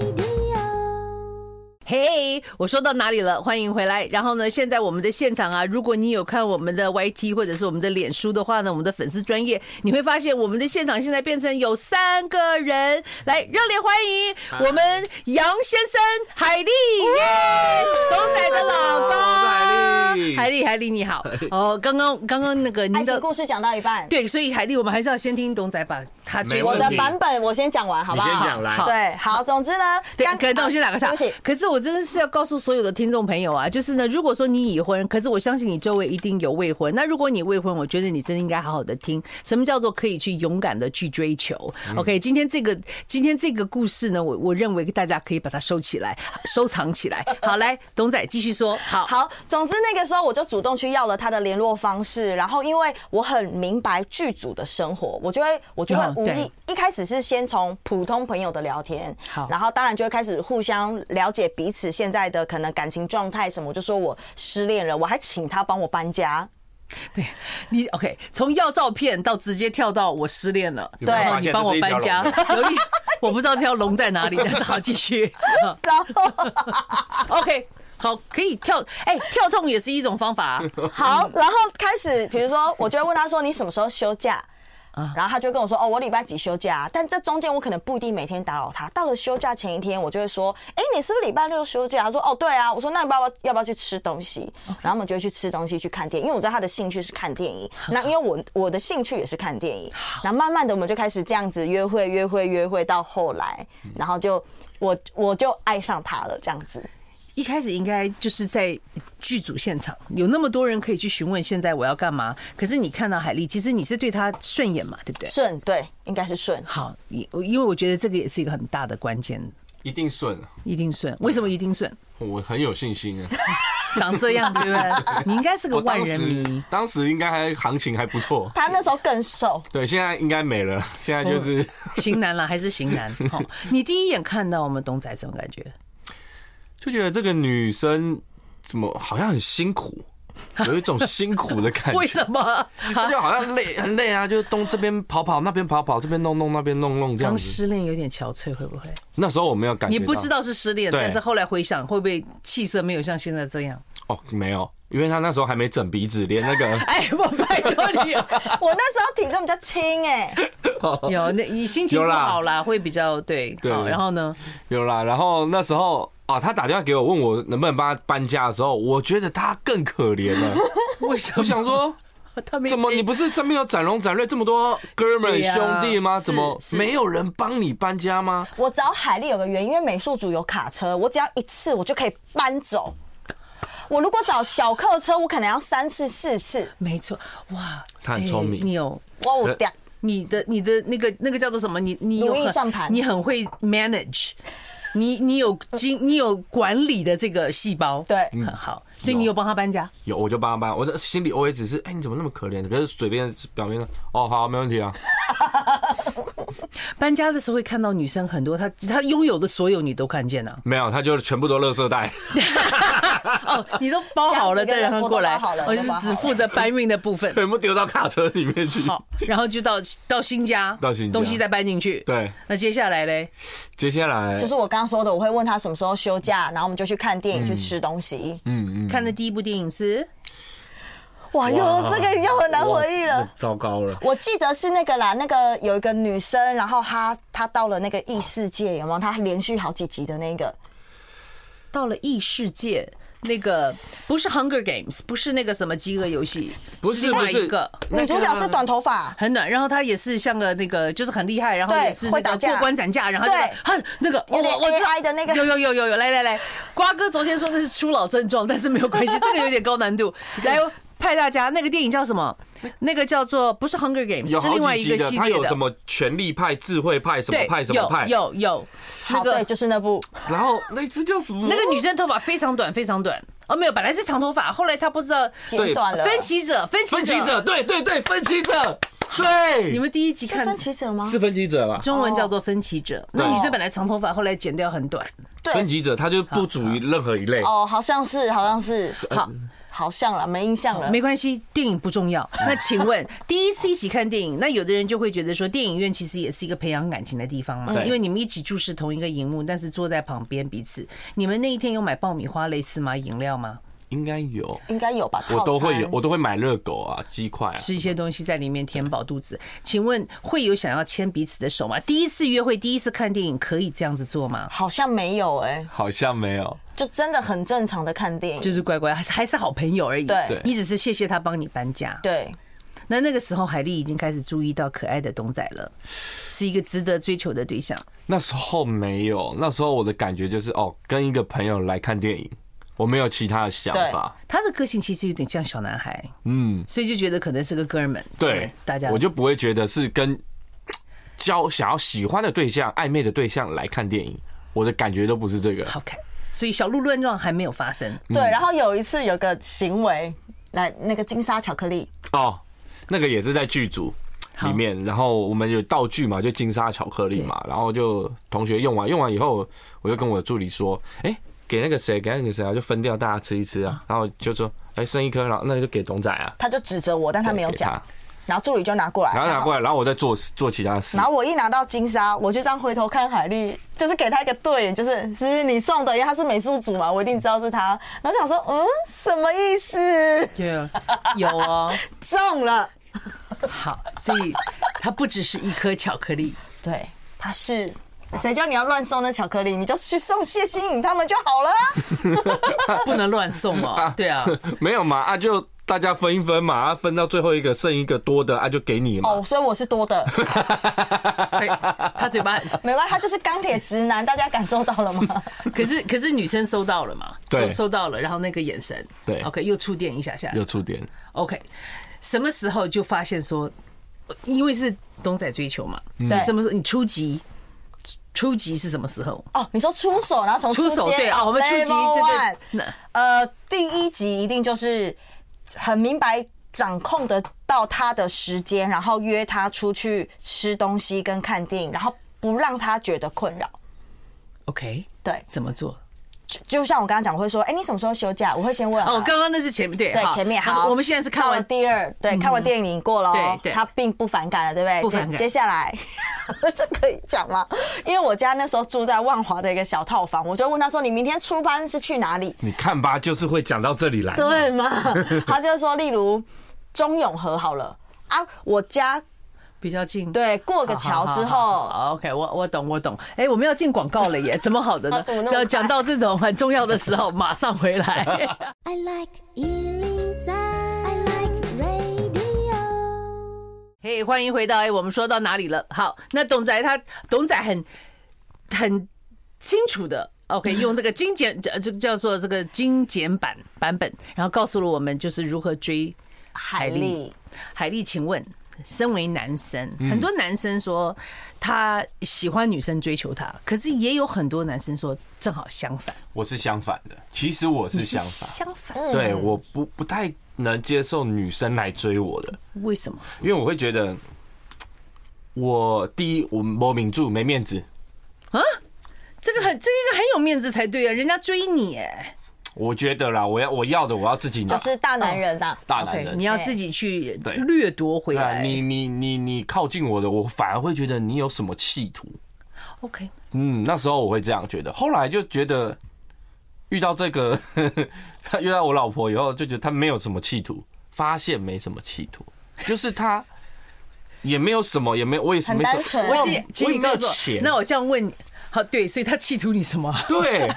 Speaker 1: 嘿我说到哪里了？欢迎回来。然后呢，现在我们的现场啊，如果你有看我们的 YT 或者是我们的脸书的话呢，我们的粉丝专业，你会发现我们的现场现在变成有三个人，来热烈欢迎我们杨先生海丽，耶，董仔的老公，
Speaker 4: 我是海丽
Speaker 1: 海丽，海丽你 好。哦，刚刚刚刚那个
Speaker 2: 爱
Speaker 1: 您
Speaker 2: 情
Speaker 1: 的
Speaker 2: 故事讲到一半，
Speaker 1: 对，所以海丽，我们还是要先听董仔把他追
Speaker 4: 没
Speaker 1: 出
Speaker 2: 我
Speaker 4: 问
Speaker 2: 的
Speaker 4: 题
Speaker 2: 版本我先讲完，好
Speaker 4: 你
Speaker 2: 不
Speaker 4: 先
Speaker 2: 好？
Speaker 4: 讲来，
Speaker 1: 好
Speaker 2: 对，好，总之呢，
Speaker 1: 对，
Speaker 2: 刚
Speaker 1: 可那我先打个岔
Speaker 2: 啊对不起。
Speaker 1: 可是我真的是要告诉所有的听众朋友啊，就是呢，如果说你已婚，可是我相信你周围一定有未婚。那如果你未婚，我觉得你真的应该好好的听，什么叫做可以去勇敢的去追求。OK，今
Speaker 4: 嗯
Speaker 1: 天这个今天这个故事呢，我我认为大家可以把它收起来，收藏起 来。好，来，董仔继续说。好，
Speaker 2: 好，总之那个时候我就主动去要了他的联络方式，然后因为我很明白剧组的生活，我就会我就会
Speaker 1: 哦
Speaker 2: 无意
Speaker 1: 对
Speaker 2: 一开始是先从普通朋友的聊天
Speaker 1: 好，
Speaker 2: 然后当然就会开始互相了解彼此现在的可能感情状态什么，我就说我失恋了，我还请他帮我搬家，
Speaker 1: 你 OK，从要照片到直接跳到我失恋了，
Speaker 4: 有没有
Speaker 2: 对
Speaker 4: 发
Speaker 1: 然后
Speaker 4: 现
Speaker 1: 你帮
Speaker 4: 这
Speaker 1: 我
Speaker 4: 是一条
Speaker 1: 搬家
Speaker 4: 龙，
Speaker 1: 有一我不知道这条龙在哪里，但是好继续。
Speaker 2: 然后
Speaker 1: OK，好，可以跳，哎、跳痛也是一种方法、 啊。
Speaker 2: 好，然后开始，比如说，我就会问他说：“你什么时候休假？”然后他就跟我说：“哦，我礼拜几休假、啊。”但这中间我可能不一定每天打扰他。到了休假前一天，我就会说：“哎，你是不是礼拜六休假？”他说：“哦，对啊。”我说：“那你要不要要不要去吃东西？”然后我们就会去吃东西，去看电影，因为我知道他的兴趣是看电影。那因为我我的兴趣也是看电影。然后慢慢的，我们就开始这样子约会、约会、约会，到后来，然后就我我就爱上他了，这样子。
Speaker 1: 一开始应该就是在剧组现场，有那么多人可以去询问现在我要干嘛。可是你看到海丽，其实你是对她顺眼嘛，对不对？
Speaker 2: 顺，对，应该是顺。
Speaker 1: 好，因因为我觉得这个也是一个很大的关键，
Speaker 4: 一定顺，
Speaker 1: 一定顺。为什么一定顺？
Speaker 4: 我很有信心啊。
Speaker 1: 长这样，对不 对？你应该 是个
Speaker 4: 我
Speaker 1: 万
Speaker 4: 当
Speaker 1: 人迷
Speaker 4: 时。当时应该还行情还不错，
Speaker 2: 他那时候更瘦。
Speaker 4: 对，现在应该没了，现
Speaker 1: 哦
Speaker 4: 在就是
Speaker 1: 型男啦，还是型 男？好，你第一眼看到我们董仔什么感觉？
Speaker 4: 就觉得这个女生怎么好像很辛苦， 有一种辛苦的感觉。
Speaker 1: 为什么？
Speaker 4: 她就好像累很累啊，就东这边跑跑，那边跑跑，这边弄弄，那边弄弄这样
Speaker 1: 刚
Speaker 4: 子。
Speaker 1: 失恋有点憔悴，会不会？
Speaker 4: 那时候我没有感觉，
Speaker 1: 你不知道是失恋，
Speaker 4: 对
Speaker 1: 但是后来回想，会不会气色没有像现在这样？
Speaker 4: 哦，没有，因为她那时候还没整鼻子，连那个
Speaker 1: 哎，我拜托 你，
Speaker 2: 我那时候体重比较轻哎、
Speaker 1: 有那你心情不 好啦，会比较对。
Speaker 4: 对
Speaker 1: 好，然后呢？
Speaker 4: 有啦。然后那时候啊，她打电话给我问我能不能帮她搬家的时候，我觉得她更可怜了。
Speaker 1: 为什么
Speaker 4: 我 想说。
Speaker 1: 他没
Speaker 4: 怎么你不是身边有展荣展瑞这么多哥们
Speaker 1: 对
Speaker 4: 儿
Speaker 1: 呀
Speaker 4: 兄弟吗？
Speaker 1: 是
Speaker 4: 怎么
Speaker 1: 是
Speaker 4: 没有人帮你搬家吗？
Speaker 2: 我找海丽有个原因，因为美术组有卡车，我只要一次我就可以搬走。我如果找小客车，我可能要三次四次。
Speaker 1: 没错？哇，
Speaker 4: 他很聪明
Speaker 1: 哎你有
Speaker 2: 哇我
Speaker 4: 呃
Speaker 2: 掉，
Speaker 1: 你的你的那个那个叫做什么？你你有
Speaker 2: 如意
Speaker 1: 很
Speaker 2: 算盘
Speaker 1: 你很会 manage，你你有经你有管理的这个细胞，
Speaker 2: 对
Speaker 1: 很好，所嗯以你有帮他搬家。
Speaker 4: 有我就帮他搬，我的心里 OS 是：哎、你怎么那么可怜？可是嘴边表面上哦好没问题啊，
Speaker 1: 搬家的时候会看到女生很多，她她拥有的所有你都看见啊。
Speaker 4: 没有，他就全部都垃圾袋。
Speaker 1: 哦，你都包好了再让他过来
Speaker 2: 箱子跟，人
Speaker 1: 我
Speaker 2: 我
Speaker 1: 就
Speaker 2: 都
Speaker 1: 是
Speaker 2: 包好了
Speaker 1: 只负责搬运的部 分。
Speaker 4: 全部丢到卡车里面去。
Speaker 1: 好，然后就到到新家，
Speaker 4: 到新家
Speaker 1: 东西再搬进去。
Speaker 4: 对，
Speaker 1: 那接下来嘞，
Speaker 4: 接下来
Speaker 2: 就是我刚刚说的，我会问他什么时候休假，然后我们就去看电影、去吃东西。
Speaker 4: 嗯嗯，
Speaker 1: 看的第一部电影是
Speaker 2: 哇，又
Speaker 4: 哇
Speaker 2: 这个又很难回忆
Speaker 4: 哇
Speaker 2: 了。
Speaker 4: 哦糟糕了。
Speaker 2: 我记得是那个啦，那个有一个女生，然后她她到了那个异世界，有没有？她连续好几集的那个，
Speaker 1: 到了异世界，那个不是《Hunger Games》，不是那个什么饥饿游戏，
Speaker 4: 不是
Speaker 1: 另
Speaker 4: 不
Speaker 1: 外一
Speaker 4: 是
Speaker 1: 个，
Speaker 4: 那个啊
Speaker 2: 女主角是短头发，
Speaker 1: 很暖。然后他也是像个那个，就是很厉害，然后
Speaker 2: 对
Speaker 1: 也是那
Speaker 2: 会
Speaker 1: 个
Speaker 2: 打架
Speaker 1: 过关斩将，然后
Speaker 2: 对
Speaker 1: 很那个我
Speaker 2: 有点
Speaker 1: 我我知道
Speaker 2: AI 的那个
Speaker 1: 有有有有有，来来来，瓜哥昨天说那是初老症状，但是没有关系，这个有点高难 度，来。派大家那个电影叫什么？那个叫做不是《Hunger Games
Speaker 4: 有》，
Speaker 1: 是
Speaker 4: 好
Speaker 1: 另外一
Speaker 4: 几集
Speaker 1: 个
Speaker 4: 的，
Speaker 1: 系
Speaker 4: 他
Speaker 1: 列
Speaker 4: 有
Speaker 1: 的
Speaker 4: 什。么权力派、智慧派、什么
Speaker 1: 对，
Speaker 4: 派、什么派，
Speaker 1: 有有有，那
Speaker 2: 好，对，
Speaker 1: 个
Speaker 2: 就是那部。
Speaker 4: 然后那这叫什么？
Speaker 1: 那个女生头发非常短，非常短。哦，没有，本来是长头发，后来她不知道
Speaker 2: 剪短了。
Speaker 1: 分歧者，分歧
Speaker 4: 分歧者，对对对，分 歧者，对，
Speaker 1: 你们第一集
Speaker 2: 是
Speaker 1: 看
Speaker 2: 分歧哦者吗？
Speaker 4: 是分歧者吧？
Speaker 1: 中文叫做分歧者，那
Speaker 4: 对
Speaker 1: 女生本来长头发，后来剪掉很短。
Speaker 2: 对
Speaker 4: 分，歧者他就不属于任何一类。
Speaker 2: 哦，好像是，好像是，
Speaker 1: 好，
Speaker 2: 好像了，没印象了。
Speaker 1: 没关系，电影不重要。那请问，第一次一起看电影，那有的人就会觉得说，电影院其实也是一个培养感情的地方嘛，
Speaker 4: 对
Speaker 1: 因为你们一起注视同一个荧幕，但是坐在旁边彼此。你们那一天有买爆米花类似吗？饮料吗？
Speaker 4: 应该有，
Speaker 2: 应该有吧？
Speaker 4: 我都会有，
Speaker 2: 套餐
Speaker 4: 我都会买热狗啊、鸡块啊。
Speaker 1: 吃一些东西在里面填饱肚子。请问会有想要牵彼此的手吗？第一次约会、第一次看电影可以这样子做吗？
Speaker 2: 好像没有哎、
Speaker 4: 好像没有，
Speaker 2: 就真的很正常的看电影。
Speaker 1: 就是乖乖，还是还是好朋友而已。
Speaker 2: 对
Speaker 4: 对
Speaker 1: 你只是谢谢他帮你搬家。
Speaker 2: 对，
Speaker 1: 那那个时候，海丽已经开始注意到可爱的东仔了，是一个值得追求的对象。
Speaker 4: 那时候没有，那时候我的感觉就是哦，跟一个朋友来看电影，我没有其他的想法。
Speaker 1: 他的个性其实有点像小男孩，
Speaker 4: 嗯，
Speaker 1: 所以就觉得可能是个哥们。
Speaker 4: 对，
Speaker 1: 大家
Speaker 4: 我就不会觉得是跟交想要喜欢的对象、暧昧的对象来看电影，我的感觉都不是这个。
Speaker 1: 好看。所以小鹿乱撞还没有发生，
Speaker 4: 嗯
Speaker 2: 对，然后有一次有个行为，来那个金沙巧克力，
Speaker 4: 哦，那个也是在剧组
Speaker 1: 好
Speaker 4: 里面，然后我们有道具嘛，就金沙巧克力嘛，然后就同学用完，用完以后，我就跟我的助理说，哎、给那个谁，给那个谁啊，就分掉大家吃一吃
Speaker 1: 嗯
Speaker 4: 啊，然后就说，哎、剩一颗，然后那就给董仔啊，
Speaker 2: 他就指着我，但他没有
Speaker 4: 对给
Speaker 2: 讲，然后助理就拿过来，
Speaker 4: 然后拿过来，然后我再做做其他事
Speaker 2: 然，后我一拿到金沙，我就这样回头看海丽，就是给她一个对眼，就是是你送的，因为她是美术组嘛，我一定知道是她。然后想说，嗯，什么意思？
Speaker 1: 有有哦，
Speaker 2: 中了，
Speaker 1: 好，所以它不只是一颗巧克力，
Speaker 2: 对，她是。谁叫你要乱送那巧克力？你就去送谢欣颖他们就好了啊。
Speaker 1: 不能乱送 哦。对啊，
Speaker 4: 没有嘛，啊就。大家分一分嘛，啊分到最后一个剩一个多的啊，就给你嘛。
Speaker 2: 哦，所以我是 多的，
Speaker 1: 对，他嘴巴很，
Speaker 2: 没关系，他就是钢铁直男，大家感受到了 吗？
Speaker 1: 可是可是女生收到了嘛？
Speaker 4: 对
Speaker 1: 收收到了，然后那个眼神，
Speaker 4: 对
Speaker 1: ，OK，又触电一下 下
Speaker 4: 有触点，
Speaker 1: ，OK，什么时候就发现说，因为是东仔追求嘛，
Speaker 4: 嗯
Speaker 2: 对
Speaker 1: 什么时候你初级？初级是什么时候？
Speaker 2: 哦，你说出手，然后从
Speaker 1: 出手
Speaker 2: 街
Speaker 1: 对啊，我们初级
Speaker 2: level
Speaker 1: 对
Speaker 2: one
Speaker 1: 对，那
Speaker 2: 呃，第一集一定就是很明白掌控得到他的时间，然后约他出去吃东西跟看电影，然后不让他觉得困扰。
Speaker 1: OK
Speaker 2: 对，
Speaker 1: 怎么做？
Speaker 2: 就就像我刚刚讲，我会说，哎、你什么时候休假？我会先问他。
Speaker 1: 哦，刚刚那是前面对
Speaker 2: 对
Speaker 1: 好
Speaker 2: 前面
Speaker 1: 那
Speaker 2: 好，
Speaker 1: 我们现在是看
Speaker 2: 到
Speaker 1: 完嗯
Speaker 2: 了第二，对，看完电影过了哦，
Speaker 1: 对对
Speaker 2: 他并不反感了，对不对？
Speaker 1: 不反感
Speaker 2: 接接下来 这可以讲吗？因为我家那时候住在万华的一个小套房，我就问他说：“你明天出班是去哪里？”
Speaker 4: 你看吧，就是会讲到这里来。
Speaker 2: 对嘛？ 他就说，例如中永和好了啊，我家
Speaker 1: 比较近，
Speaker 2: 对过个桥
Speaker 1: 好
Speaker 2: 之
Speaker 1: 好好
Speaker 2: 后，
Speaker 1: 好，OK，我我懂我懂。哎，我们要进广告了 耶，怎么好的呢
Speaker 2: 啊怎么那？么
Speaker 1: 要
Speaker 2: 快
Speaker 1: 讲到这种很重要的时候，马上回 来。
Speaker 3: I like Ealing Sound. I like radio.
Speaker 1: 嘿欢迎回到哎、我们说到哪里了？好，那董仔他董仔很很清楚的。OK，用 这个精简，这这叫做这个精简版版本，然后告诉了我们就是如何追
Speaker 2: 海
Speaker 1: 丽
Speaker 2: 丽。
Speaker 1: 海丽，请问，身为男生，
Speaker 4: 嗯
Speaker 1: 很多男生说他喜欢女生追求他，可是也有很多男生说正好相反，
Speaker 4: 我是相反的，其实我是
Speaker 1: 你是
Speaker 4: 相反。
Speaker 1: 相反，
Speaker 4: 对，我不不太能接受女生来追我的，
Speaker 1: 为什么？
Speaker 4: 因为我会觉得，嘖我第一我没名著没面子，
Speaker 1: 这个很这个很有面子才对啊，人家追你哎
Speaker 4: 我觉得啦，我要我要的我要自己拿，
Speaker 2: 就是大男人啊呐、
Speaker 4: 大男
Speaker 1: ，OK，
Speaker 4: 人
Speaker 1: 你。要自己去
Speaker 4: 对
Speaker 1: 掠夺回
Speaker 4: 对啊，
Speaker 1: 来
Speaker 4: 你你你你靠近我的，我反而会觉得你有什么企图。
Speaker 1: ，OK，
Speaker 4: 嗯，那时候我会这样觉得，后来就觉得遇到这个 遇到我老婆以后，就觉得她没有什么企图，发现没什么企图，就是她也没有什么，也没有我也是
Speaker 2: 很
Speaker 4: 没什
Speaker 2: 单
Speaker 4: 么，
Speaker 2: 纯。
Speaker 1: 我
Speaker 4: 也
Speaker 1: 请请
Speaker 4: 我
Speaker 1: 你
Speaker 4: 也没
Speaker 1: 告
Speaker 4: 有
Speaker 1: 诉我
Speaker 4: 钱，
Speaker 1: 那我这样问你，好对，所以他企图你什么？
Speaker 4: 对，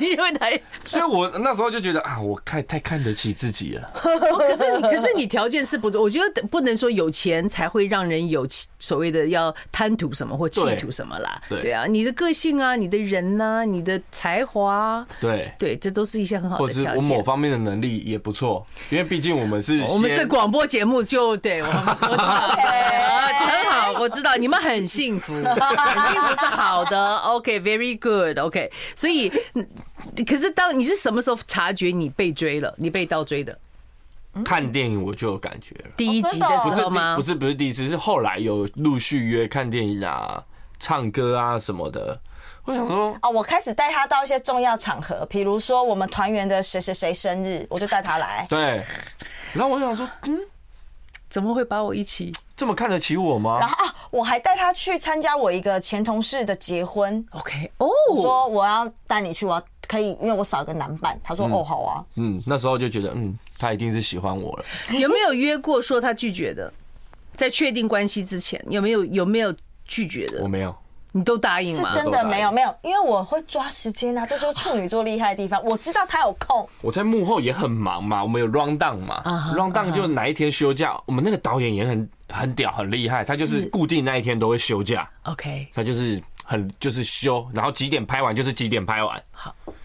Speaker 1: 因为他，
Speaker 4: 所以我那时候就觉得啊，我看太看得起自己了。
Speaker 1: 哦可是你可是你条件是不错，我觉得不能说有钱才会让人有企所谓的要贪图什么或企
Speaker 4: 对
Speaker 1: 图什么啦，
Speaker 4: 对
Speaker 1: 对啊，你的个性啊，你的人呐、你的才华啊，
Speaker 4: 对，
Speaker 1: 对，这都是一些很好
Speaker 4: 或
Speaker 1: 的
Speaker 4: 者是
Speaker 1: 条
Speaker 4: 我某
Speaker 1: 件。哦
Speaker 4: 方面的能力也不错，因为毕竟我们是
Speaker 1: 我们是
Speaker 4: 先
Speaker 1: 广播节目，就对我们我知道，啊很好，我知道你们很幸 福，很幸福是好的，OK，very good，OK。所以，嗯可是当你是什么时候察觉你被追了，你被倒追的？
Speaker 4: 看电影我就有感觉了，
Speaker 1: 第一集的
Speaker 2: 哦
Speaker 4: 不是
Speaker 1: 时候
Speaker 4: 第
Speaker 1: 吗
Speaker 4: 不？是不是第一次，是后来有陆续约看电影啊、唱歌啊什么的。我想说，
Speaker 2: 哦，我开始带他到一些重要场合，比如说我们团员的谁谁谁生日，我就带他来。
Speaker 4: 对，然后我想说，嗯，
Speaker 1: 怎么会把我一起？
Speaker 4: 这么看得起我吗
Speaker 2: 然？后啊，我还带他去参加我一个前同事的结婚，
Speaker 1: OK，哦，
Speaker 2: 我说我要带你去，我要
Speaker 5: 可以，因为我少一个男伴。他说哦好啊，
Speaker 4: 嗯，那时候就觉得，嗯，他一定是喜欢我了。
Speaker 1: 有没有约过说他拒绝的？在确定关系之前，有没有有没有拒绝
Speaker 4: 我
Speaker 1: 的？
Speaker 4: 没有，
Speaker 1: 你都答应
Speaker 5: 是
Speaker 1: 吗？
Speaker 5: 真的没有没有，因为我会抓时间啊，这就是处女座厉害的地方。我知道他有空，
Speaker 4: 我在幕后也很忙嘛，我们有 round down 嘛、
Speaker 1: 啊哈
Speaker 4: r o u n d down 就是哪一天休假，我们那个导演也很很屌，很厉害，他就是
Speaker 2: 是
Speaker 4: 固定那一天都会休假，
Speaker 1: OK，
Speaker 4: 他就是很就是休，然后几点拍完就是几点拍完，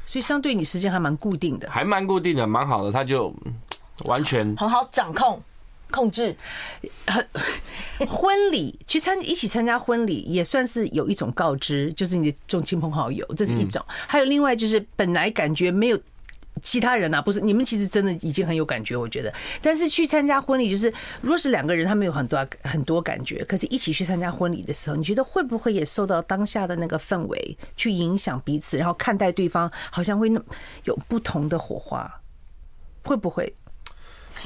Speaker 1: 所以相对你时间还蛮固定的。
Speaker 4: 还蛮固定的，蛮好的，他就嗯完全
Speaker 5: 很好掌控控制。
Speaker 1: 婚礼去参一起参加婚礼也算是有一种告知，就是你的这种亲朋好友，这是一种。还有另外就是本来感觉没有。其他人啊，不是你们其实真的已经很有感觉，我觉得。但是去参加婚礼，就是如果是两个人，他们有很多很多感觉，可是一起去参加婚礼的时候，你觉得会不会也受到当下的那个氛围去影响彼此，然后看待对方好像会那有不同的火花，会不会？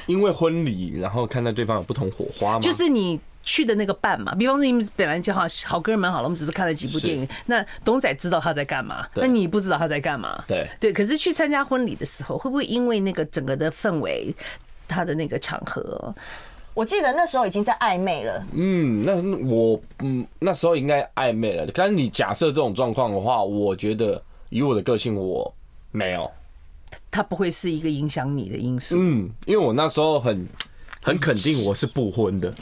Speaker 4: 因为婚礼，然后看到对方有不同火花嘛，
Speaker 1: 就是你去的那个伴嘛，比方说你们本来就好好哥们好了，我们只是看了几部电影，那董仔知道他在干嘛，
Speaker 4: 对
Speaker 1: 那你不知道他在干嘛，
Speaker 4: 对
Speaker 1: 对。可是去参加婚礼的时候，会不会因为那个整个的氛围，他的那个场合，
Speaker 5: 我记得那时候已经在暧昧了，
Speaker 4: 嗯，那我嗯那时候应该暧昧了。但是你假设这种状况的话，我觉得以我的个性，我没有。
Speaker 1: 他不会是一个影响你的因素？
Speaker 4: 嗯，因为我那时候很很肯定我是不婚的。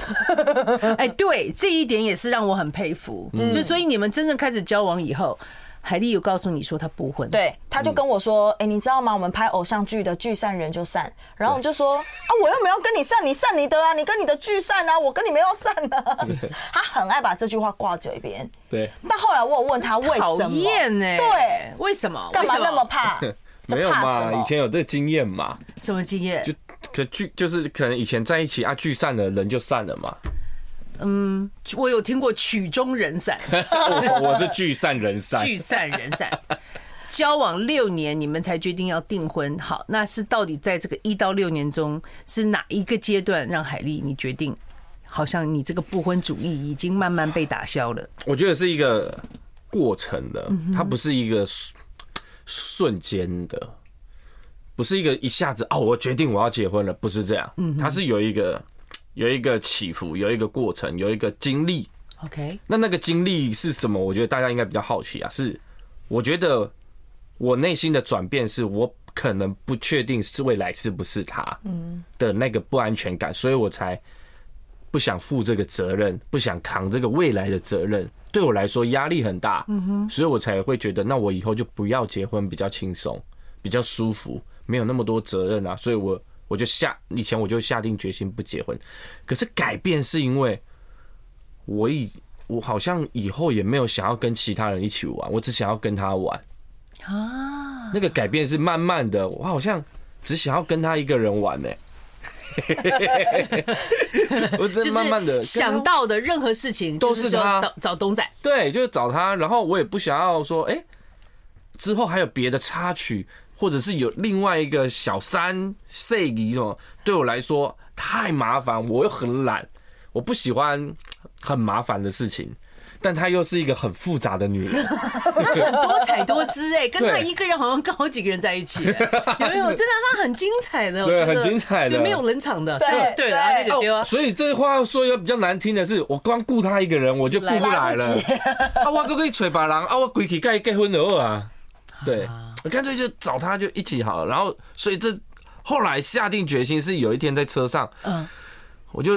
Speaker 1: 哎，对，这一点也是让我很佩服。
Speaker 4: 嗯
Speaker 1: 就所以你们真正开始交往以后，海丽有告诉你说她不婚，，
Speaker 5: 对，他就跟我说：“哎、你知道吗？我们拍偶像剧的聚散人就散。”然后我就说：“啊，我又没有跟你散，你散你的啊，你跟你的聚散啊，我跟你没有散啊。” 他很爱把这句话挂嘴边，
Speaker 4: 对，
Speaker 5: 但后来我有问他为
Speaker 1: 讨
Speaker 5: 什么，
Speaker 1: 厌呢？
Speaker 5: 对，
Speaker 1: 为什么？
Speaker 5: 干嘛
Speaker 1: 为什
Speaker 5: 那么怕？这
Speaker 4: 没有
Speaker 5: 怕什
Speaker 4: 嘛，
Speaker 5: 么
Speaker 4: 以前有这经验嘛，
Speaker 1: 什么经验？
Speaker 4: 就可聚就是可能以前在一起啊，聚散了人就散了 嘛。
Speaker 1: 我有听过曲终人散。
Speaker 4: 我我是聚散人散，
Speaker 1: 聚散人散。交往六年，你们才决定要订婚。好，那是到底在这个一到六年中，是哪一个阶段让海丽你决定，好像你这个不婚主义已经慢慢被打消了？
Speaker 4: 我觉得是一个过程的，它不是一个瞬瞬间的，不是一个一下子哦，我决定我要结婚了，不是这样，它是有一个有一个起伏，有一个过程，有一个经历。
Speaker 1: OK，
Speaker 4: 那那个经历是什么？我觉得大家应该比较好奇啊。是我觉得我内心的转变是我可能不确定是未来是不是他的那个不安全感，所以我才不想负这个责任，不想扛这个未来的责任。对我来说压力很大，所以我才会觉得，那我以后就不要结婚，比较轻松，比较舒服，没有那么多责任啊。所以我我就下以前我就下定决心不结婚，可是改变是因为我以我好像以后也没有想要跟其他人一起玩，我只想要跟他玩啊。那个改变是慢慢的，我好像只想要跟他一个人 玩呢、
Speaker 1: 就
Speaker 4: 我只
Speaker 1: 是
Speaker 4: 慢慢的
Speaker 1: 想到的任何事情
Speaker 4: 都
Speaker 1: 就是
Speaker 4: 是他
Speaker 1: 说找找东 仔，
Speaker 4: 对，就是找他，然后我也不想要说，哎、之后还有别的插曲，或者是有另外一个小三、C 姨什么，对我来说太麻烦，我又很懒，我不喜欢很麻烦的事情，但她又是一个很复杂的女人，
Speaker 1: 多彩多姿哎、 跟他
Speaker 4: 对
Speaker 1: 一个人好像跟好几个人在一起、哎有没 有？真的，他很精彩的，我
Speaker 4: 对
Speaker 1: 觉得
Speaker 4: 很精彩的
Speaker 1: 对，没有冷场的，
Speaker 5: 对
Speaker 1: 对
Speaker 5: 对
Speaker 1: 的，而且
Speaker 5: 哦
Speaker 1: 丢啊，
Speaker 4: 所以这话说一个比较难听的是，我光顾她一个人我就顾不来了，啊，我都可以找别人，啊，我规去盖结婚了啊。对，我干脆就找他就一起好了。然后，所以这后来下定决心是有一天在车上，
Speaker 1: 嗯
Speaker 4: 我就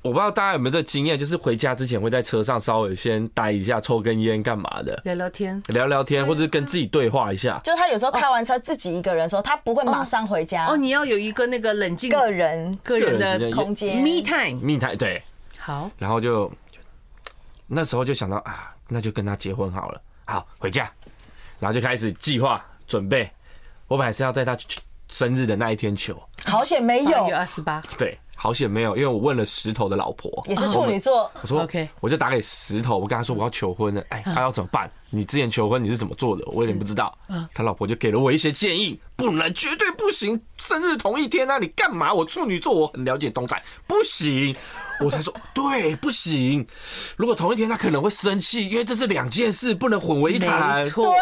Speaker 4: 我不知道大家有没有这经验，就是回家之前会在车上稍微先待一下，抽根烟干嘛的，
Speaker 1: 聊聊天。
Speaker 4: 聊聊天，或者是跟自己对话一下。
Speaker 5: 就是他有时候开完车自己一个人的时候，他不会马上回家，
Speaker 1: 哦，你要有一个那个冷静
Speaker 5: 个人
Speaker 1: 个人的
Speaker 4: 个人时间
Speaker 5: 空间
Speaker 1: me time。
Speaker 4: 密谈对，
Speaker 1: 好，
Speaker 4: 然后就那时候就想到啊，那就跟他结婚好了，好回家，然后就开始计划准备。我本来是要在他生日的那一天求，
Speaker 5: 好险没
Speaker 1: 八
Speaker 5: 有
Speaker 1: 月，二十八，
Speaker 4: 对，好险没有，因为我问了石头的老婆，
Speaker 5: 也是处女座，
Speaker 4: 我说
Speaker 1: OK 嗯
Speaker 4: 我就打给石头，我跟他说我要求婚了，哎，他要怎么办？你之前求婚你是怎么做的？我有点不知道。
Speaker 1: 嗯
Speaker 4: 他老婆就给了我一些建议，不能，绝对不行。生日同一天啊，你干嘛？我处女座，我很了解东仔，不行。我才说对，不行。如果同一天，他可能会生气，因为这是两件事，不能混为一谈
Speaker 1: 没。错，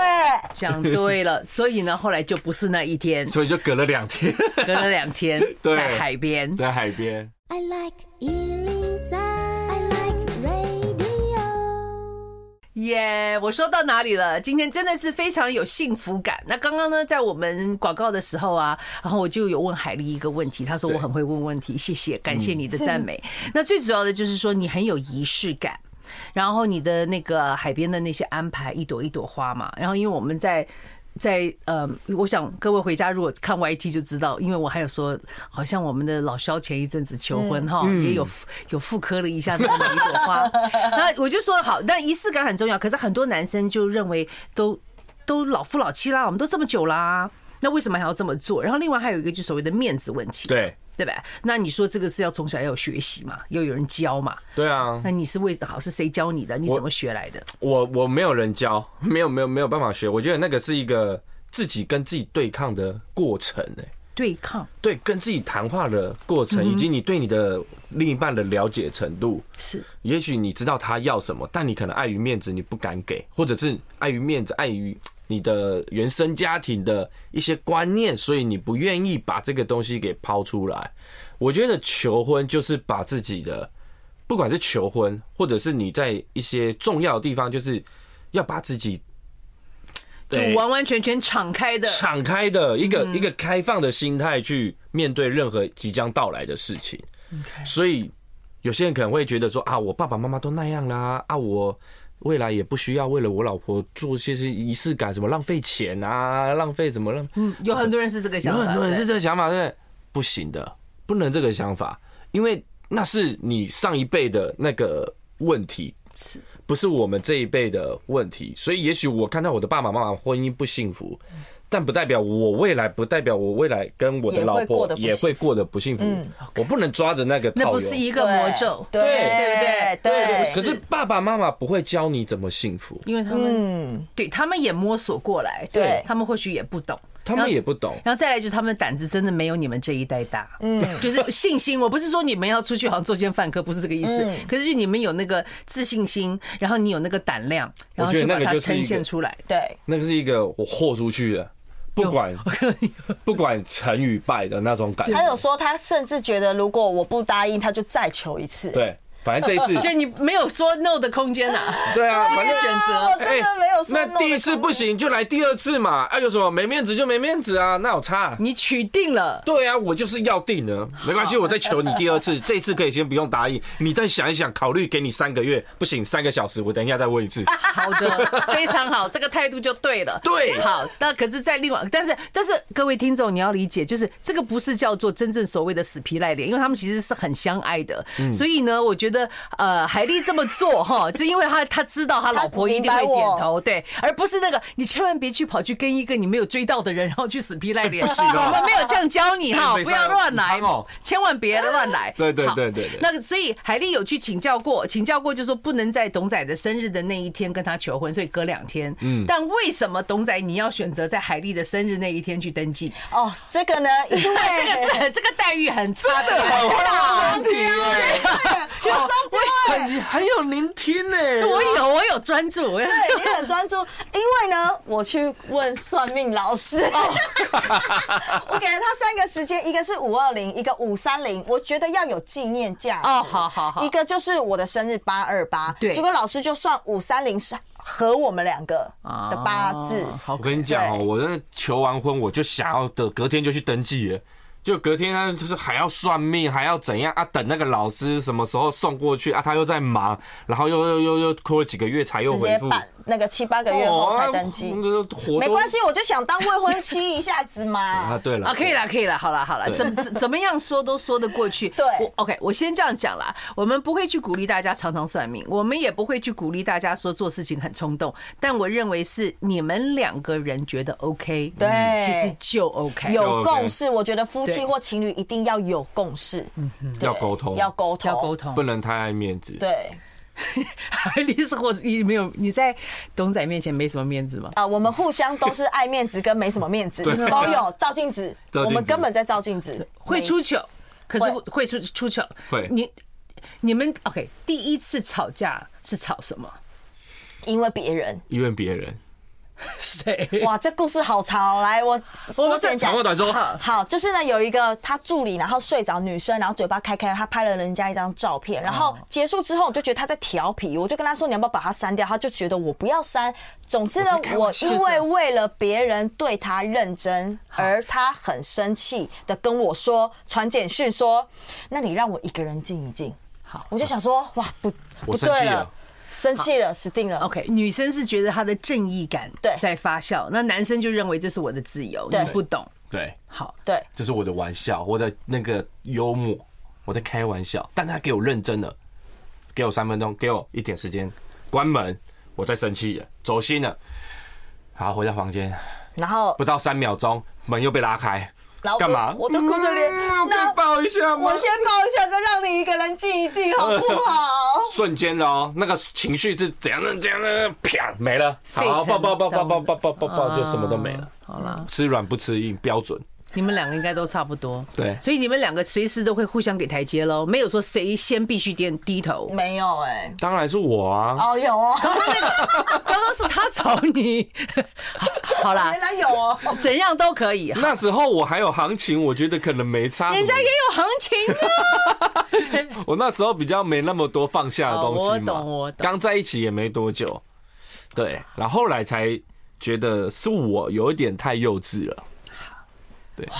Speaker 1: 讲对了。所以呢，后来就不是那一 天，
Speaker 4: 所以就隔了两 天
Speaker 1: 隔了两天
Speaker 4: 对
Speaker 1: 在海边。
Speaker 4: 在海边。
Speaker 3: I like Ealing Sound. I like radio.
Speaker 1: 耶我说到哪里了？今天真的是非常有幸福感。那刚刚呢，在我们广告的时候啊，然后我就有问海丽一个问题，她说我
Speaker 4: 对嗯
Speaker 1: 很会问问题，谢谢，感谢你的赞美。那最主要的就是说你很有仪式感。然后你的那个海边的那些安排，一朵一朵花嘛。然后因为我们在在呃，我想各位回家如果看 YT 就知道，因为我还有说，好像我们的老肖前一阵子求婚哈，也有复有复刻了一下那个每一朵花。那我就说好，但仪式感很重要。可是很多男生就认为都都老夫老妻啦，我们都这么久啦，那为什么还要这么做？然后另外还有一个就所谓的面子问题，
Speaker 4: 对
Speaker 1: 对吧？那你说这个是要从小要有学习嘛，要有人教嘛？
Speaker 4: 对啊，
Speaker 1: 那你是为好是谁教你的？你怎么学来的？
Speaker 4: 我我没有人教，没有没有没有办法学。我觉得那个是一个自己跟自己对抗的过程、欸，
Speaker 1: 对抗
Speaker 4: 对，跟自己谈话的过程，以及你对你的另一半的了解程度。
Speaker 1: 是
Speaker 4: 也许你知道他要什么，但你可能碍于面子，你不敢给，或者是碍于面子，碍于你的原生家庭的一些观念，所以你不愿意把这个东西给抛出来。我觉得求婚就是把自己的，不管是求婚，或者是你在一些重要的地方，就是要把自己
Speaker 1: 就
Speaker 4: 对
Speaker 1: 完完全全敞开的，嗯
Speaker 4: 敞开的一个一个开放的心态去面对任何即将到来的事情。所以有些人可能会觉得说啊，我爸爸妈妈都那样啦，啊，我未来也不需要为了我老婆做些些仪式感，什么浪费钱啊，浪费怎么浪，
Speaker 1: 嗯，有很多人是这个想
Speaker 4: 有
Speaker 1: 法，
Speaker 4: 很多人是
Speaker 1: 对
Speaker 4: 这个想法，对不对，不行的，不能这个想法，因为那是你上一辈的那个问题，
Speaker 1: 是
Speaker 4: 不是我们这一辈的问题。所以，也许我看到我的爸爸妈妈婚姻不幸福，但不代表我未来，不代表我未来跟我的老
Speaker 5: 也会过
Speaker 4: 婆
Speaker 5: 得不
Speaker 4: 也会过得不幸福。我不能抓着那个
Speaker 1: 那
Speaker 4: 套
Speaker 1: 不是
Speaker 4: 用。
Speaker 1: 一个魔咒，
Speaker 5: 对
Speaker 1: 对不对？
Speaker 5: 对
Speaker 1: 不
Speaker 4: 可是爸爸妈妈不会教你怎么幸福，
Speaker 1: 因为他们
Speaker 5: 嗯，
Speaker 1: 对他们也摸索过来，
Speaker 5: 对
Speaker 1: 他们或许也不懂。
Speaker 4: 他们也不懂。
Speaker 1: 然后再来就是他们的胆子真的没有你们这一代大，嗯，就是信心。我不是说你们要出去好像作奸犯科，不是这个意思。可是就你们有那个自信心，然后你有那个胆量，然后
Speaker 4: 我觉
Speaker 1: 去
Speaker 4: 得
Speaker 1: 把
Speaker 4: 那个
Speaker 1: 它
Speaker 4: 就是一
Speaker 1: 呈
Speaker 4: 个
Speaker 1: 现出来。
Speaker 5: 对，
Speaker 4: 那个是一个我豁出去的，不 管不管成与败的那种感
Speaker 1: 嗯
Speaker 5: 他
Speaker 4: 觉。
Speaker 5: 有说他甚至觉得如果我不答应，他就再求一次。
Speaker 4: 对，反正这一 次
Speaker 1: 就你没有说 no 的空间呐、
Speaker 4: 对啊，反
Speaker 1: 没
Speaker 4: 正
Speaker 1: 有选
Speaker 5: 啊，我
Speaker 1: 择。
Speaker 5: 真的没有说
Speaker 4: 哎那第一次不行就来第二次嘛，啊，有什么没面子就没面子啊，那有差啊、
Speaker 1: 你取定了，
Speaker 4: 对啊，我就是要定了，没关系，我再求你第二次， 这一次可以先不用答应，你再想一想，考虑给你三个月，不行，三个小时，我等一下再问 一次。
Speaker 1: 好的，非常好，这个态度就对了。
Speaker 4: 对
Speaker 1: 好，那可是，在另外，但是，但是，各位听众，你要理解，就是这个不是叫做真正所谓的死皮赖脸，因为他们其实是很相爱的。
Speaker 4: 嗯
Speaker 1: 所以呢，我觉得，呃，海丽这么做哈，是因为他他知道他老婆一定会点头，
Speaker 4: 嗯
Speaker 1: 对，而不是那个你千万别去跑去跟一个你没有追到的人，然后去死皮赖脸。
Speaker 4: 不行哦哎
Speaker 1: 我们没有这样教你哈，
Speaker 4: 没事
Speaker 1: 不要乱来
Speaker 4: 很烫哦，
Speaker 1: 千万别乱来。
Speaker 4: 对对
Speaker 1: 好
Speaker 4: 对对对
Speaker 1: 那个所以海丽有去请教过，请教过就说不能在董仔的生日的那一天跟他求婚，所以隔两天。嗯，但为什么董仔你要选择在海丽的生日那一天去登记？
Speaker 5: 哦，这个呢，因为
Speaker 1: 这个是这个待遇很差的。
Speaker 4: 身体耶，
Speaker 5: 有双标哎
Speaker 4: 很很有聆听呢。
Speaker 1: 我有我有专注，我有
Speaker 5: 对你很专注，因为呢，我去问算命老师，
Speaker 4: 哦
Speaker 5: 我给了他三个时间，一个是五二零，一个五三零，我觉得要有纪念价值。
Speaker 1: 哦，好好好
Speaker 5: 一，个就是我的生日八二八，
Speaker 1: 对
Speaker 5: 结果老师就算五三零是合我们两个
Speaker 4: 啊
Speaker 5: 的八字，
Speaker 1: 哦好
Speaker 4: 我跟你讲哦，
Speaker 5: 对
Speaker 4: 我真的求完婚，我就想要的隔天就去登记耶。就隔天他就是还要算命，还要怎样啊？等那个老师什么时候送过去啊？他又在忙，然后又又又又拖了几个月才又
Speaker 5: 直
Speaker 4: 回
Speaker 5: 接
Speaker 4: 复。
Speaker 5: 办那个七八个月后才登记，
Speaker 4: 哦啊活
Speaker 5: 没
Speaker 4: 动
Speaker 5: 关系，我就想当未婚妻一下子
Speaker 4: 啊。
Speaker 5: 嘛。
Speaker 4: 对了
Speaker 1: 啊，可以啦，可以啦，好啦，好啦，
Speaker 4: 对
Speaker 1: 怎怎怎么样说都说得过去。
Speaker 5: 对
Speaker 1: 我 OK，我先这样讲啦，我们不会去鼓励大家常常算命，我们也不会去鼓励大家说做事情很冲动，但我认为是你们两个人觉得 OK，
Speaker 5: 对
Speaker 1: 嗯其实就 OK。
Speaker 5: 有
Speaker 4: OK
Speaker 5: 共识，我觉得夫
Speaker 1: 对
Speaker 5: 妻或情侣一定要有共识，对
Speaker 4: 嗯要沟通
Speaker 5: 要沟通，
Speaker 1: 要沟通
Speaker 4: 不，能太爱面子。
Speaker 5: 对，
Speaker 1: 爱丽丝或者 你没有你在董仔面前没什么面子吗？
Speaker 2: 啊，我们互相都 是爱面子跟没什么面子
Speaker 4: 对
Speaker 2: 都有，照镜子，
Speaker 4: 照
Speaker 2: 我
Speaker 4: 镜子
Speaker 2: 们根本在照镜子，
Speaker 1: 会出糗，可是
Speaker 2: 会
Speaker 1: 会出出糗。
Speaker 4: 会
Speaker 1: 你你们 OK？第一次吵架是吵什么？
Speaker 2: 没因为别人。
Speaker 4: 因为别人。
Speaker 1: 谁？
Speaker 2: 哇，这故事好长，来 我
Speaker 1: 我
Speaker 2: 缩
Speaker 1: 们
Speaker 2: 简讲
Speaker 4: 长。话短说，
Speaker 2: 好，就是呢，有一个他助理，然后睡着女生，然后嘴巴开开，他拍了人家一张照片，然
Speaker 4: 哦
Speaker 2: 后结束之后，我就觉得他在调皮，我就跟他说你要不要把它删掉，他就觉得我不要删。总之呢，我因为为了别人对他认真，而他很生气的跟我说传简讯说，那你让我一个人静一静。
Speaker 1: 好
Speaker 2: 我就想说哇不
Speaker 4: 我
Speaker 2: 不
Speaker 4: 生气
Speaker 2: 对
Speaker 4: 了
Speaker 2: 了，生气了，死定了。
Speaker 1: OK，女生是觉得她的正义感
Speaker 2: 对
Speaker 1: 在发酵，那男生就认为这是我的自由，你
Speaker 2: 对
Speaker 1: 不懂。
Speaker 4: 对，
Speaker 1: 好，
Speaker 2: 对，
Speaker 4: 这是我的玩笑，我的那个幽默，我在开玩笑，但他给我认真了，给我三分钟，给我一点时间，关门，我再生气了，走心了，然后回到房间，
Speaker 2: 然后
Speaker 4: 不到三秒钟，门又被拉开，
Speaker 2: 然后
Speaker 4: 干嘛？
Speaker 2: 我就我就哭着脸，
Speaker 4: 嗯我可
Speaker 2: 那
Speaker 4: 以抱一下吗
Speaker 2: 我？先抱一下，再让你一个人静一静，好不好？
Speaker 4: 瞬间的哦，那个情绪是怎样的？怎样的？啪，没了。
Speaker 1: 沸腾
Speaker 4: 好，抱抱抱抱抱抱抱抱抱，
Speaker 1: 啊
Speaker 4: 就什么都没
Speaker 2: 哦
Speaker 4: 了。
Speaker 1: 好了，
Speaker 4: 吃软不吃硬，标准。
Speaker 1: 你们两个应该都差不多。
Speaker 4: 对
Speaker 1: 所以你们两个随时都会互相给台阶喽，没有说谁先必须点低 头。
Speaker 2: 没有哎、
Speaker 4: 当然是我啊，
Speaker 2: 哦有哦，
Speaker 1: 刚刚是他吵你， 好好啦
Speaker 2: 原，来有 哦，
Speaker 1: 怎样都可 以。
Speaker 4: 那时候我还有行情，我觉得可能没 差。
Speaker 1: 人家也有行情啊，
Speaker 4: 我那时候比较没那么多放下的东西嘛，
Speaker 1: 哦我懂我懂
Speaker 4: 刚在一起也没多久，对，然后后来才觉得是我有一点太幼稚了，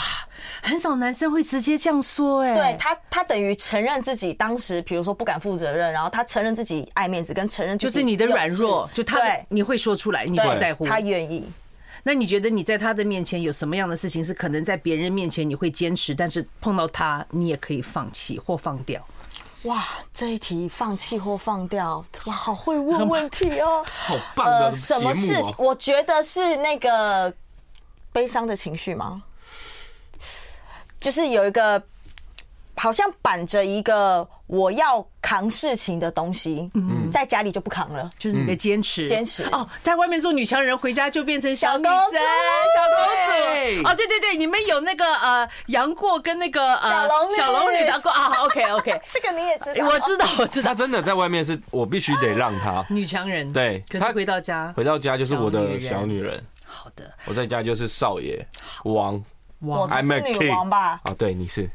Speaker 1: 很少男生会直接这样说哎、
Speaker 2: 对他他等于承认自己当时，比如说不敢负责任，然后他承认自己爱面子，跟承认自
Speaker 1: 就
Speaker 2: 己
Speaker 1: 是你的软弱，
Speaker 2: 幼稚
Speaker 1: 就他
Speaker 2: 对
Speaker 1: 你会说出来，你不
Speaker 2: 对
Speaker 1: 在乎。
Speaker 2: 他愿意。
Speaker 1: 那你觉得你在他的面前有什么样的事情是可能在别人面前你会坚持，但是碰到他你也可以放弃或放掉？
Speaker 2: 哇，这一题放弃或放掉，哇，好会问问题哦。
Speaker 4: 好棒
Speaker 1: 呃
Speaker 4: 的节
Speaker 2: 什
Speaker 4: 目、
Speaker 2: 么
Speaker 4: 哦。
Speaker 2: 事情？我觉得是那个悲伤的情绪吗？就是有一个好像板着一个我要扛事情的东西，在家里就不扛了。
Speaker 1: 就是你的坚持，
Speaker 2: 坚持
Speaker 1: 哦，在外面做女强人，回家就变成小女生、
Speaker 2: 小公主
Speaker 1: 小
Speaker 4: 对
Speaker 1: 公主。哦，对对对，你们有那个呃杨过跟那个呃
Speaker 2: 小龙女
Speaker 1: 小龙女的过啊，OK OK，
Speaker 2: 这个你也知道，
Speaker 1: 哎我知道我知
Speaker 4: 他
Speaker 1: 道，
Speaker 4: 真的在外面是我必须得让 他
Speaker 1: 女强人
Speaker 4: 对
Speaker 1: 可是
Speaker 4: 她
Speaker 1: 回到家，
Speaker 4: 回到家就是我的小女人，
Speaker 1: 好的，
Speaker 4: 我在家就是少爷王
Speaker 2: 我才
Speaker 4: I'm a
Speaker 2: 是
Speaker 4: king
Speaker 2: 女王吧，
Speaker 4: 啊，对，你是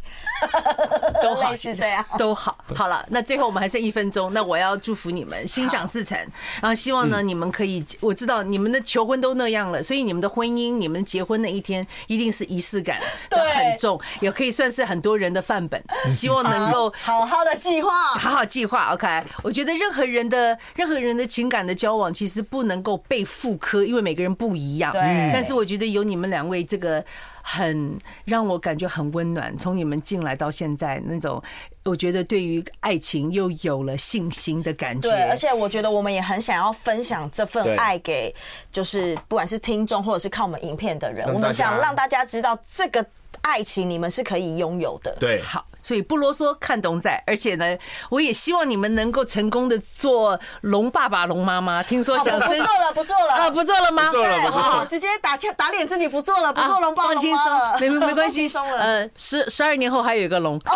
Speaker 1: 都好
Speaker 2: 类似这样。
Speaker 1: 都好，好了，那最后我们还剩一分钟，那我要祝福你们心想事成，然后希望呢你们可以，我知道你们的求婚都那样了，所以你们的婚姻，你们结婚那一天一定是仪式感
Speaker 2: 对
Speaker 1: 很重，也可以算是很多人的范本，希望能够。
Speaker 2: 好好的计划，
Speaker 1: 好好计划，OK。我觉得任何人的任何人的情感的交往，其实不能够被复刻，因为每个人不一样。
Speaker 2: 对
Speaker 1: 但是我觉得有你们两位，这个很让我感觉很温暖。从你们进来到现在，那种我觉得对于爱情又有了信心的感觉。
Speaker 2: 对，而且我觉得我们也很想要分享这份爱给，就是不管是听众或者是看我们影片的人，
Speaker 4: 让大家
Speaker 2: 我们想让大家知道这个爱情你们是可以拥有的。
Speaker 4: 对，
Speaker 1: 好，所以不啰嗦，看懂仔。而且呢，我也希望你们能够成功的做龙爸爸、龙妈妈。听说
Speaker 2: 好，
Speaker 1: 想
Speaker 2: 啊不
Speaker 1: 生
Speaker 2: 做了，不做
Speaker 1: 啊，
Speaker 2: 了。
Speaker 1: 不做了吗？
Speaker 4: 做了
Speaker 2: 对，
Speaker 4: 不做了
Speaker 2: 好，直接打枪打脸自己不做了，不做龙
Speaker 1: 啊
Speaker 2: 包
Speaker 1: 放
Speaker 2: 龙
Speaker 1: 轻
Speaker 2: 妈了，
Speaker 1: 松，没没关系
Speaker 2: 放轻松，了哦
Speaker 1: 呃，十十二年后还有一个龙， 怎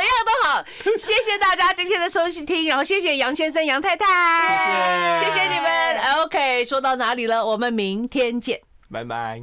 Speaker 1: 样都好。谢谢大家今天的收听，然后谢谢杨先生、杨太太，谢谢你们。OK，说到哪里了？我们明天见。
Speaker 4: 拜拜。